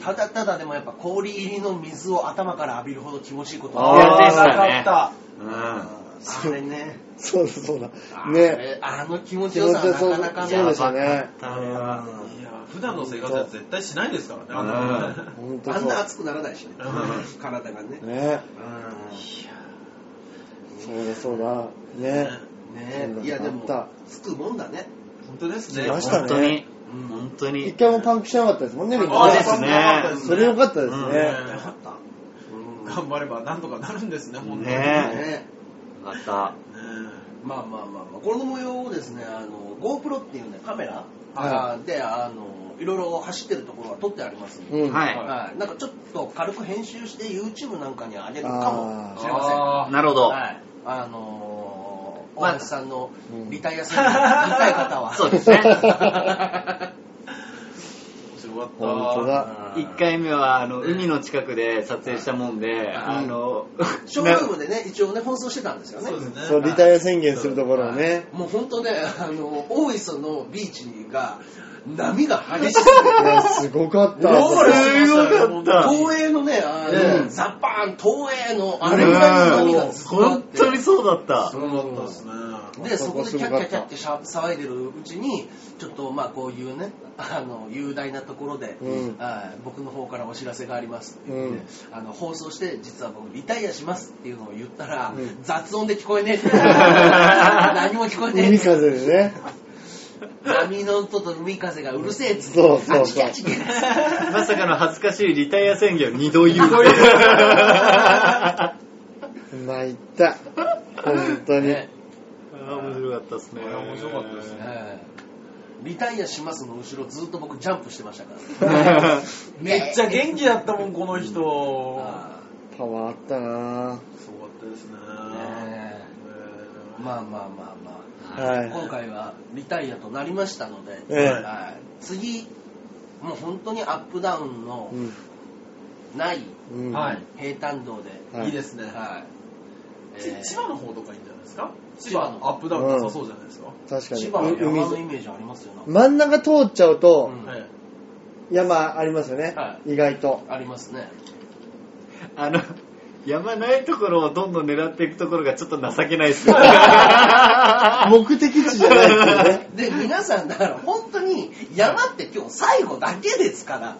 S1: ただただでもやっぱ氷入りの水を頭から浴びるほど気持ちいいこと
S4: あー
S1: は
S3: や
S4: でしたね
S3: なか
S4: うん。
S1: あれね
S2: そうだそうだ。
S1: あ
S2: ね。
S1: れあの気持ち
S2: 気
S1: よ
S2: 持
S1: さ
S2: ちよ
S1: は
S2: そう
S1: なかなか
S2: そう
S1: ね
S2: でしたね。
S4: あれは
S1: う
S3: っ
S1: ん
S3: たいや普段の生活は絶対しないですからねあんなのね
S2: 本当
S1: あんな
S2: そ
S1: 熱くならないしね、
S3: う
S1: 体がね
S2: う。。ね。
S1: う
S2: そうだそうだ。ね。
S1: んね
S2: うん
S1: いやでも
S2: あっ、
S1: つくもんだね。
S3: 本当ですね
S2: 来ましたね
S4: 本当に。
S1: うん
S4: 本当
S2: 一
S4: に。
S2: 回もパンクしなかったですもんね、みんな
S4: あー
S2: ね
S4: ですね
S2: それ良かったです
S4: うん
S2: ね。
S1: よかった。うん
S3: 頑張ればなんとかなるんですね本当に
S4: ね
S1: ね
S4: また。
S1: まあまあまあまあ、この模様をですね、あの、GoPro っていうね、カメラ
S2: は
S1: で、あの、いろいろ走ってるところは撮ってありますんで、
S2: うん。
S4: は
S1: はい。なんかちょっと軽く編集して YouTube なんかに上げるか
S2: あ
S1: も
S2: ー
S1: しれません。
S4: い。なるほど。
S1: はい。あのー、
S4: まあ
S1: 大橋さんの
S2: うん
S1: リタイア戦略見たい方は。
S4: そうですね。
S3: 終わった
S2: 本当だ。
S4: 1回目はあの海の近くで撮影したもんで、あの、
S1: ショールームでね、一応ね、放送してたんですよね。
S3: そうですね
S2: そう、リタイア宣言するところをね。
S1: もう本当ね、あの、大磯のビーチが、波が激しすぎて、
S2: いや、すごかった。
S1: うわこれ
S4: すごかった
S1: 東映のね、あの、
S2: うん
S1: ザッパーン、東映の、あれぐらいの波がずっとあって、
S4: 当にそうだった。
S1: そうだったんです
S3: ね。
S1: で、そこでキャッキャキャッキャしゃ騒いでるうちに、ちょっとまあこういうね、あの、雄大なところで、
S2: うん
S1: はい僕の方からお知らせがありますって言って、あの、放送して、実は僕リタイアしますっていうのを言ったら、
S2: うん
S1: 雑音で聞こえねえ って。何も聞こえねえ
S2: 海
S1: って。
S2: 風でね。
S1: 波の音と海風がうるせえっつって。
S2: そうそうそう
S1: あちきあちき
S4: まさかの恥ずかしいリタイア宣言を二度言う。
S2: 参った。本当に。
S1: ね
S4: あー面白かったですね。
S3: あれ面白かったですね
S1: ええリタイアしますの後ろずっと僕ジャンプしてましたから。
S3: めっ ちゃ元気だったもん、この人。すごか
S1: あ
S2: パワーあったな
S3: ったですね。
S1: あねえまあまあまあまあ。
S2: はい。
S1: 今回はリタイアとなりましたので、
S2: ええ
S1: はい次もう本当にアップダウンの
S2: うん
S1: ない
S2: うん
S3: はい
S1: 平坦道で、
S2: はい
S3: いいですね。
S1: はい
S3: ち
S1: えー
S3: 千葉の方とかいいんじゃないですか
S1: 千
S3: 千
S1: 葉
S3: 葉
S1: の
S3: のアップダウンなさそうじゃないですか、
S2: 確かに。
S1: 千葉は
S2: う
S1: 山の
S2: 海
S1: イ
S2: 沿い
S1: メージありますよね、
S2: 真ん中通っちゃうと
S1: う、ん
S3: はい。
S2: 山ありますよね
S1: は。
S2: 意外 と。
S1: ありますね
S4: あの、山ないところをどんどん狙っていくところがちょっと情けない ですよ。
S2: 目的地じゃないですよ ね。
S1: で皆さんだから本当に山って今日最後だけですから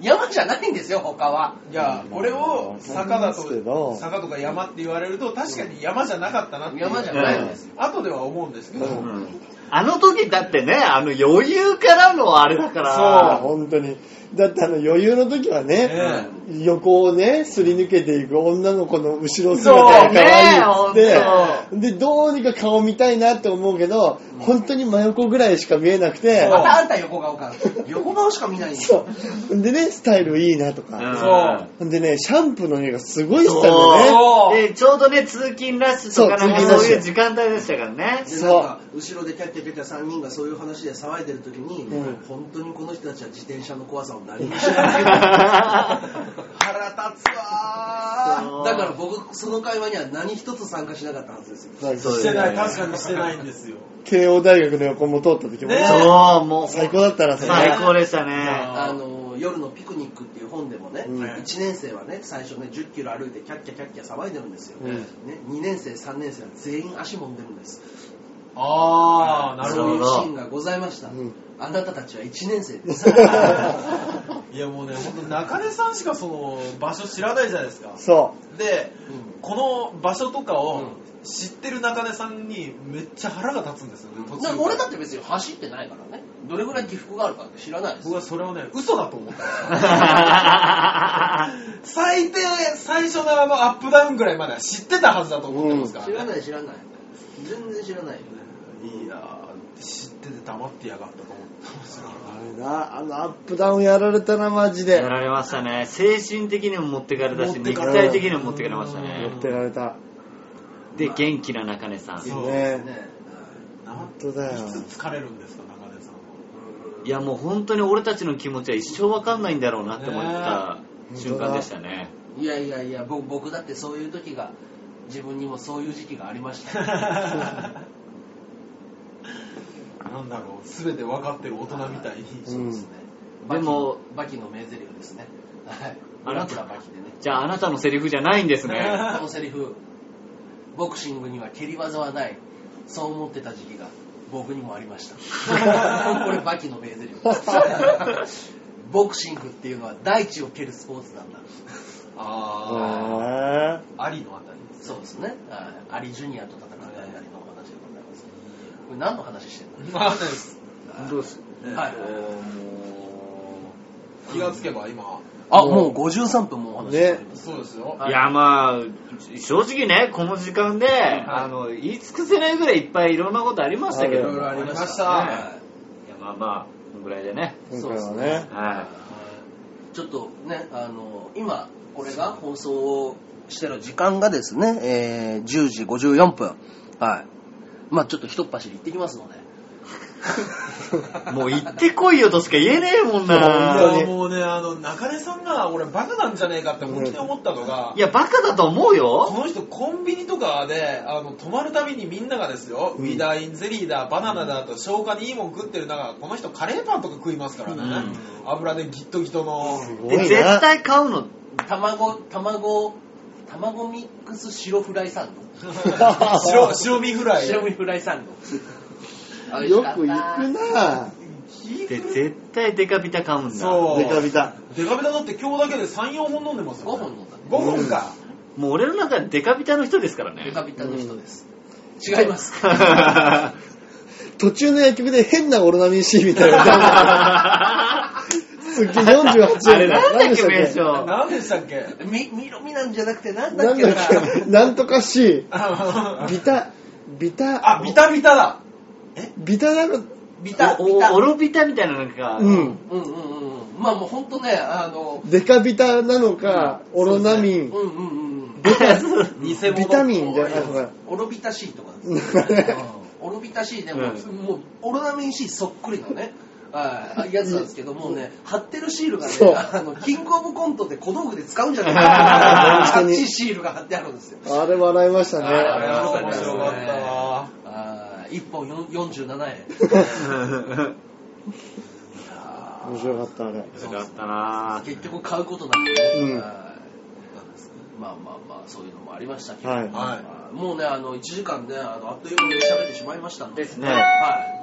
S1: 山じゃないんですよ他は
S3: じゃあ、これを坂だ
S2: そうですけど
S3: と、坂とか山って言われると、確かに山じゃなかったなっていう。
S1: 山じゃないんですよ、
S3: 後では思うんですけど、
S4: うんあの時だってね、あの余裕からのあれだから。
S2: あー本当に。だってあの余裕の時はね
S3: え、
S2: 横をね、すり抜けていく女の子の後ろ姿が可愛いっつって、で、どうにか顔見たいなって思うけど、本当に真横ぐらいしか見えなくて、
S1: またあんた横顔か横顔しか見ないんですよ
S2: そう。でね、スタイルいいなと
S4: うん
S2: か。でね、シャンプーの匂いがすごいしたんだよね。
S4: そう
S3: そう
S4: でちょうどね、通勤ラッシュとかなんか
S2: そう通勤ラッ
S4: そう
S2: シュ
S4: いう時間帯でしたからね。
S1: で
S2: そう
S1: なんか後ろでキャッキャキャッキャ3人がそういう話で騒いでる時に、
S2: うん
S1: 本当にこの人たちは自転車の怖さを何も知らない
S3: 腹立つわ
S1: だから僕その会話には何一つ参加しなかったはずですよ
S2: なんか
S4: そう
S3: ー。
S4: で
S3: し
S4: す
S3: て
S4: ね
S3: ない、確かにしてないんですよ。
S2: 慶応大学の横も通った時もね
S3: ね
S4: そう、もう
S2: 最高だったらさ、
S4: 最高でしたね。
S1: あの夜のピクニックっていう本でもね、
S2: うん
S1: 1年生はね最初ね1 0キロ歩いてキャッキャキャッキャ騒いでるんですよ、
S2: うん
S1: ね、2年生3年生は全員足もんでるんです
S3: ああ、なる
S1: そ
S3: ほ
S1: う
S3: ど
S1: いうシーンがございました、
S2: うん
S1: あなたたちは1年生です
S3: いやもうね、ほんと中根さんしかその場所知らないじゃないですか。
S2: そ
S3: で、
S1: う
S3: この場所とか
S1: う
S3: を知ってる中根さんにめっちゃ腹が立つんですよね、途
S1: ん
S3: 中
S1: な
S3: から
S1: 俺だって別に走ってないからねどれぐらい起伏があるかって知らないです
S3: 僕はそれをね、嘘だと思ったんですよ。
S4: あ
S3: 最低、最初のあのアップダウンぐらいまでは知ってたはずだと思ってますから
S1: 知
S3: ね。
S1: らない知らない全然知らないよね
S3: いやー知ってて黙ってやがったと思ってますか
S2: う。
S3: ら
S2: あれな、あのアップダウンやられたな、マジで。
S4: ーやられましたね。精神的にも持ってかれたし、
S3: 持って
S4: 肉
S3: か
S2: れ
S4: 体的にも持ってかれました
S3: う
S4: ね
S2: や。ってられた。
S4: で、元気な中根さん。
S3: そう
S1: ね
S2: ね
S3: な
S2: 本当だよ
S3: いつ疲れるんですか中根さんはい
S4: や、もう本当に俺たちの気持ちは一生わかんないんだろうなって思った
S2: ね
S4: 瞬間でしたね。
S1: いやいやいや僕僕だってそういう時が自分にもそういう時期がありました
S3: なんだろう全て分かってる大人みたいに、
S2: う
S1: そうで
S2: ん
S1: すねバ
S4: でも
S1: キのバキの名台詞ですねはい
S4: あ
S1: あ
S4: な
S1: な
S4: た
S1: たはバキでね
S4: じゃああなたのセリフじゃないんです ね。
S1: このセリフボクシングには蹴り技はないそう思ってた時期が僕にもありました これバキの名台詞 ですボクシングっていうのは大地を蹴るスポーツなんだ
S2: あ
S3: ああありのあたり
S1: そうですね。はいアリジュニアと戦ったあたりのお話でございます。これ何の話してんの
S3: まあね
S4: どうす
S1: はい。
S3: 気がつけば今
S1: あ、もう53分もお話ししております。
S3: そうですよ
S1: はい
S4: いやまあ正直ねこの時間で、あの言い尽くせないぐらいいっぱいいろんなことありましたけ
S2: あ
S4: ど
S2: る
S4: い
S2: よ
S4: や
S3: ありました
S1: は
S4: まあまあこんぐらいでね
S2: ー今回はね。
S4: はい
S1: ちょっとね、あの、今、これが放送をしてる時間がですね、えー10時54分。はい。まあちょっと一っ走り行ってきますので。
S4: もう行ってこいよとしか言えねえもん
S2: 本
S3: い
S2: 当
S4: な
S2: に
S3: やもうねあの中根さんが俺バカなんじゃねえかって本当に思ったのが、
S4: いやバカだと思う
S3: こ
S4: よ
S3: の人コンビニとかであの泊まるたびにみんながですよ、
S2: うん
S3: ウィダーインゼリーだバナナだと消化にいいもん食ってる中この人カレーパンとか食いますからね、
S4: う
S3: 油でギットギトの、
S2: すご
S4: で
S2: い
S4: 絶
S2: な。
S4: 対買うの
S1: 卵、卵、卵ミックス白フライサンド。
S3: 白白身フライ
S1: 白身フライサンド。
S2: よく行くなぁ。
S4: で、絶対デカビタ噛むんだ。
S3: そう
S2: ビタビタ。
S3: デカビタだって今日だけで34本飲んでますよ
S1: 5本飲んだね。
S3: 5本か、
S4: もう俺の中でデカビタの人ですからね
S1: デ。 カビタの人です。違います。
S2: 途中の薬局で変なオロナミン C みたいな歌が。すっげえ48
S4: あれ
S2: 円
S4: なんだっ
S2: 何
S4: け名
S2: でしたっ
S4: 称。
S3: 何でしたっ け
S1: み、みろみなんじゃなくてなん
S2: け
S1: だ
S2: な
S1: っ
S2: ん
S1: けな。
S2: だっけなんとか C。
S3: あ
S2: ビタ、ビタ、
S3: あビタビタだ
S2: ビタなんか、
S1: ビタ、
S4: お
S1: ビタ。
S4: おオロビタみたいななんか。
S2: うん。
S1: うんうんうんうん。まあもうほんとね、あの、
S2: デカビタなのか、オロナミ
S1: うんう
S2: ン、
S1: んうん
S4: ビ
S1: う
S4: タ
S1: ん。偽物
S2: ビタミンじゃないのか。
S1: オロビタ C とかです。
S2: な
S1: オロビタ C でも、
S4: う
S1: もうオロナミン C そっくりのね。はいやつなんですけどもうね、貼ってるシールがね
S2: そう、
S1: あの、キングオブコントで小道具で使うんじゃないかっていう
S2: 本当
S1: タ
S2: に
S1: ッチシールが貼ってあるんですよ。
S2: あれ笑いました
S1: あ
S3: あ
S1: れ
S3: れ
S2: ね。
S1: は
S3: は
S1: 面
S3: 面
S1: 白か
S3: 白か
S1: っ
S3: ったたわ
S1: あー1本よん47円。 あ
S2: 面白かった、あれ。
S4: よかったな
S1: ー結局買うことなくね、
S2: うん
S1: はいなんですけどまあまあまあ、そういうのもありましたけど、
S2: はい
S1: あーもうね、あの1時間ね、あのあっという間に喋ってしまいましたので、
S4: ですね
S1: はい、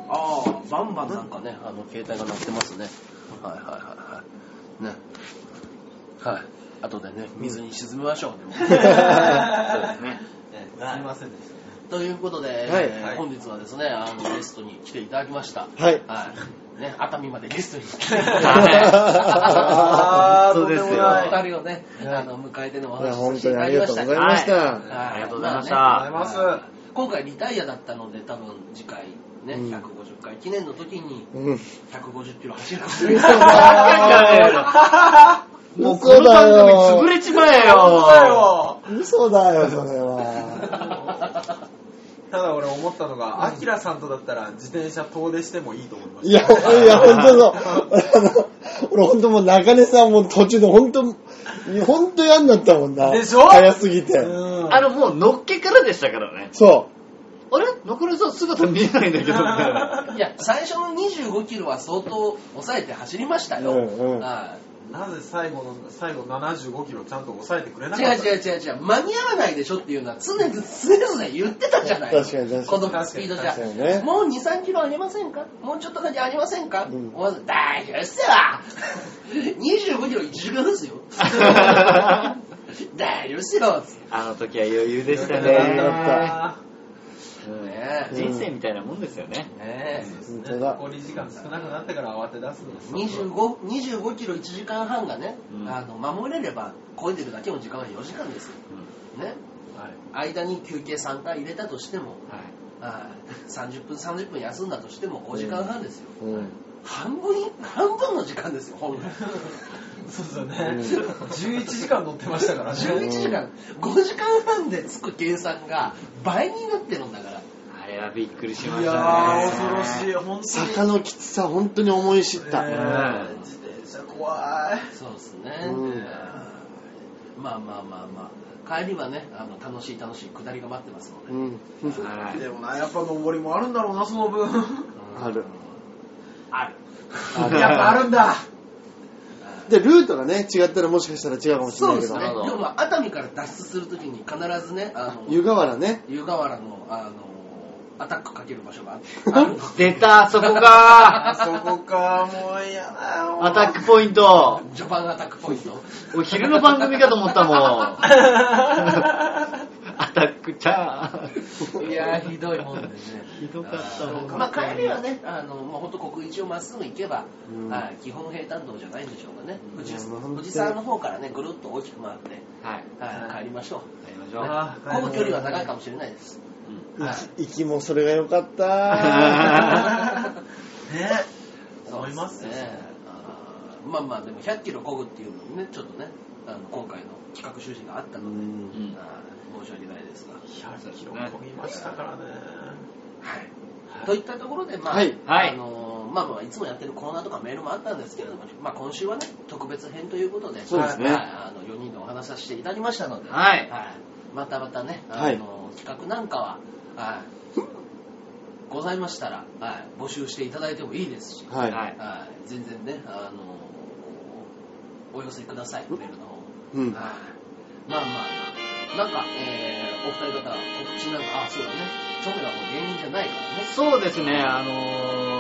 S1: ああ、バンバンなんかね、あの携帯が鳴ってますね。はいはいはいはい。ね。はい。あとでね、水に沈みましょう。 でもね
S3: すみませんでし
S1: ということで、
S2: はい
S1: えー
S3: はい
S1: 本日はですね、あのゲストに来ていただきました。
S2: はい。
S1: はい。ね、熱海までゲストに来て。
S4: はい
S1: あー
S4: 本当ですよ
S1: とんもないお二人をね、あの、迎えてのお
S2: いや
S1: 話を
S2: 本
S1: して
S2: 当
S1: い
S2: に
S1: た
S2: あ
S1: だきま
S2: りがとう
S1: した。
S2: ございました。
S1: は
S4: は
S1: い
S4: ありがとうございまし
S1: ま
S3: あ
S4: た
S3: ね。ありがとうございます
S1: 今回リタイアだったので、多分次回ね、
S2: うん
S1: 150回記念の時に
S2: うん。
S1: 150キロ走るかもしれない。
S4: もうこの番組潰れちまえ
S3: た本当だ
S4: よ。
S3: よ
S2: 嘘だよ、それは。
S3: ただ俺思ったのがアキラさんとだったら自転車遠出してもいいと思いま
S2: い
S3: した
S2: や、いや、本当そう。 あの、俺本当もう中根さんも途中で本当、本当嫌になったもんな。
S3: でしょ
S2: 早すぎて。
S3: うん
S4: あのもうのっけからでしたからね。
S2: そ
S4: あれ残りさん姿見えないんだけどみたいな。
S1: いや、最初の25キロは相当抑えて走りましたよ。
S2: うんうん
S1: はい
S3: なぜ最後の最後75キロちゃんと抑えてくれなかっ
S1: 違
S3: た
S1: う違う違う違う、間に合わないでしょっていうのは常々常々言ってたじゃない
S2: 確かに確かに
S1: このスピードじゃ
S2: 確かにね
S1: もう2、3キロありませんかもうちょっとだけありませんか、
S2: うん
S1: 思わず大丈夫っすよ !25 キロ1時間です よ大丈夫っすよ
S4: あの時は余裕でした
S2: 余裕だっ
S4: ね。
S2: た
S4: うん
S1: ねえ
S4: 人生みたいなもんですよね。
S1: ねえ
S2: う。本当だ。
S3: 残り時間少なくなってから慌て出すのです
S1: 25, 25キロ1時間半がね、
S4: うん
S1: あの守れれば超えてるだけの時間は4時間ですよ、ね、
S3: はい
S1: 間に休憩3回入れたとしても
S3: はい
S1: はい30分30分休んだとしても5時間半ですよ、
S2: うん。
S1: 半分い半分の時間ですよ本来
S3: そうですよね、11時間乗ってましたからね
S1: 11時間5時間半でつく計算が倍になってるんだから
S4: あれはびっくりしま
S3: い
S4: したね。
S3: やー恐ろしい本当に
S2: 坂のきつさ、本当に思い知った。
S3: ねえ自転車怖い
S1: そうですね、
S2: うん
S1: うんまあまあまあまあ帰りはねあの楽しい楽しい下りが待ってますので、
S2: うん。
S4: はい
S3: でもなやっぱ登りもあるんだろうなそ の分
S1: うん
S2: ある。
S1: ある
S2: ある
S3: やっぱあるんだ
S2: で、ルートがね、違ったらもしかしたら違うかもしれ
S1: そ
S2: な
S1: うで
S2: いけ
S1: す
S2: ど
S1: ね。
S4: なるほど
S1: でもまあ熱海から脱出するときに必ずねあの
S2: 湯河原ね。
S1: 湯河原のあのアタックかける場所 がああるの
S4: 出た、そこか
S3: あ そこかもう嫌だよ
S4: アタ ックポイント。
S1: 序盤アタックポイント
S4: お昼の番組かと思ったもん。アタックチャ ー。
S1: いやーひどいもんでね。
S4: ひどかったもん
S1: まあ帰りはね、あのもう本当国一をまっすぐ行けば、
S2: うん
S1: はい基本平坦道じゃないんでしょうかね。富士
S2: いやまあ本当に
S1: 富士山の方からねぐるっと大きく回って、
S4: はい。
S1: はい帰りましょ
S4: やりま
S1: う。
S4: し
S1: ね
S4: ょう。
S3: あー
S1: 混む距離は長いかもしれないです。
S2: 行きもそれが良か った。
S3: ね思います
S1: そう
S3: よ
S1: ですね。あーまあまあでも100キロ漕ぐっていうのもねちょっとねあの今回の企画趣旨があった
S2: う
S1: ので、
S2: ん
S4: うん
S1: あー申し訳ないですが。
S3: 100キロ込みましたからね
S1: はい、といったところで、まあ
S2: はい
S4: はい
S1: あのーまあ、まあいつもやってるコーナーとかメールもあったんですけれども、まあ、今週はね特別編ということで
S2: そうですね
S1: はいあの4人でお話しさせていただきましたので、
S4: はい
S1: またまたね、あの
S2: はい
S1: 企画なんかは、はい、ございましたら、はい、募集していただいてもいいですし、
S2: はい。
S4: はい
S1: はい全然ね、あのーお寄せくださいメールの方、
S2: うん
S1: はいまあまあまあなんか、えー、お二人方、告知なんか、あ、そうだね。チョメはもう芸人じゃないからね。
S4: そうですね、あの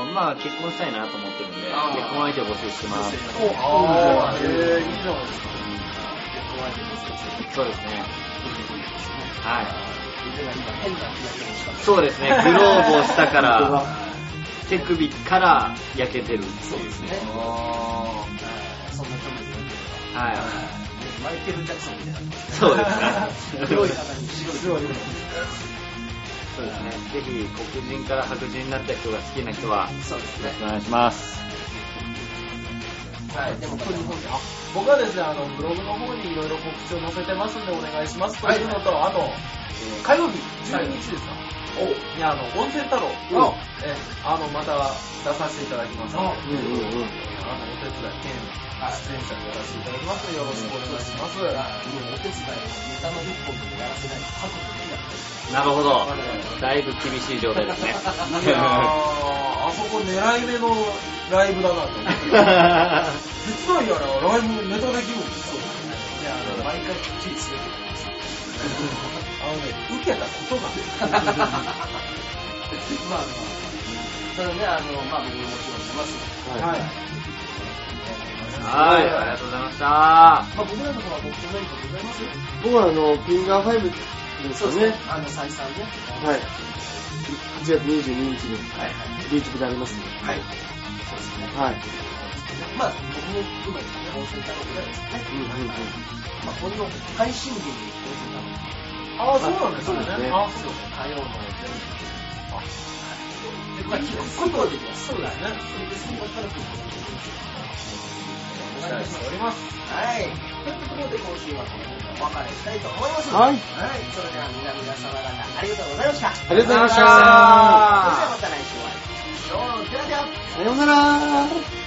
S4: ー、まあ結婚したいなと思ってるんで、結
S1: あー
S4: 婚相手を募集してます。
S1: お
S2: あ
S1: あ
S2: あ、
S1: ー
S2: ええ、いいじゃないですか。
S1: 怖いですけど
S4: そうですね。はい。
S1: 腕が今変な気がしました。
S4: そう ですね、グローブをした
S2: 本
S4: か
S2: 当だ
S4: ら、手首から焼けてるっていう。
S1: そうですね。
S4: は
S1: そんなチョメでよければ。
S4: い。
S1: マイケル・ジャクソンみたいな。
S4: そうですね。
S1: 黒い肌に白い。
S2: すごい。
S4: そうですね。ぜひ黒人から白人になった人が好きな人は、
S1: そうですね。
S4: お願いします。
S1: はい、でもこれ日本で、あ、
S5: 僕はですね、あの、ブログの方にいろいろ告知を載せてますんでお願いしますというのと、あと、えー火曜日、12日ですか、にあの、温泉太郎を、えーあの、また出させていただきますので、
S4: うんうんうん。
S5: あの、お手伝い兼出演者でやらせていただきますので、よろしくお願いします。
S1: だから、もうお手伝いはネタの一本でもやらせないと覚悟できなくて。
S4: なるほど。だいぶ厳しい状態 ですね。
S3: いやー、あそこ狙い目のライブだなって思って。実はやら、ライブネタできるんですよ。
S1: いや、あの、毎回きっちりすべき
S3: あのね、受けたことが。
S1: まあまあ、それね、あの、まあ、僕ももちろんしますので。
S3: はい。
S4: はい、ありがとうございました。
S1: まあ、僕らの方は僕と何かございますよ。
S2: 僕はあの、ピンガー5ですよね。。
S1: あの、再三ね。
S2: はい。8月22日に、
S1: はいはい。
S2: ビーチ部でありますんで。
S1: はい。そうですね。
S2: はい。
S1: まあ、僕も含めてね、温泉太郎ぐらいですね。
S2: うんうんうん
S1: まあ、この配信日に温泉太郎。
S5: ああ、そうなんです
S2: そうですね
S5: ね。あそう
S1: 火曜のまあ、聞くことはできます。そうだね。別に分かることはできます。
S5: 期待しております。
S1: はい。ということで、今週はこの辺でお別れしたいと思います。
S2: はい
S1: はい。それでは、南田様方、ありがとうございました。
S2: ありがとうございまし
S1: それでは
S2: た。
S1: また来週お会いしましょう。ではでは。
S2: さようなら。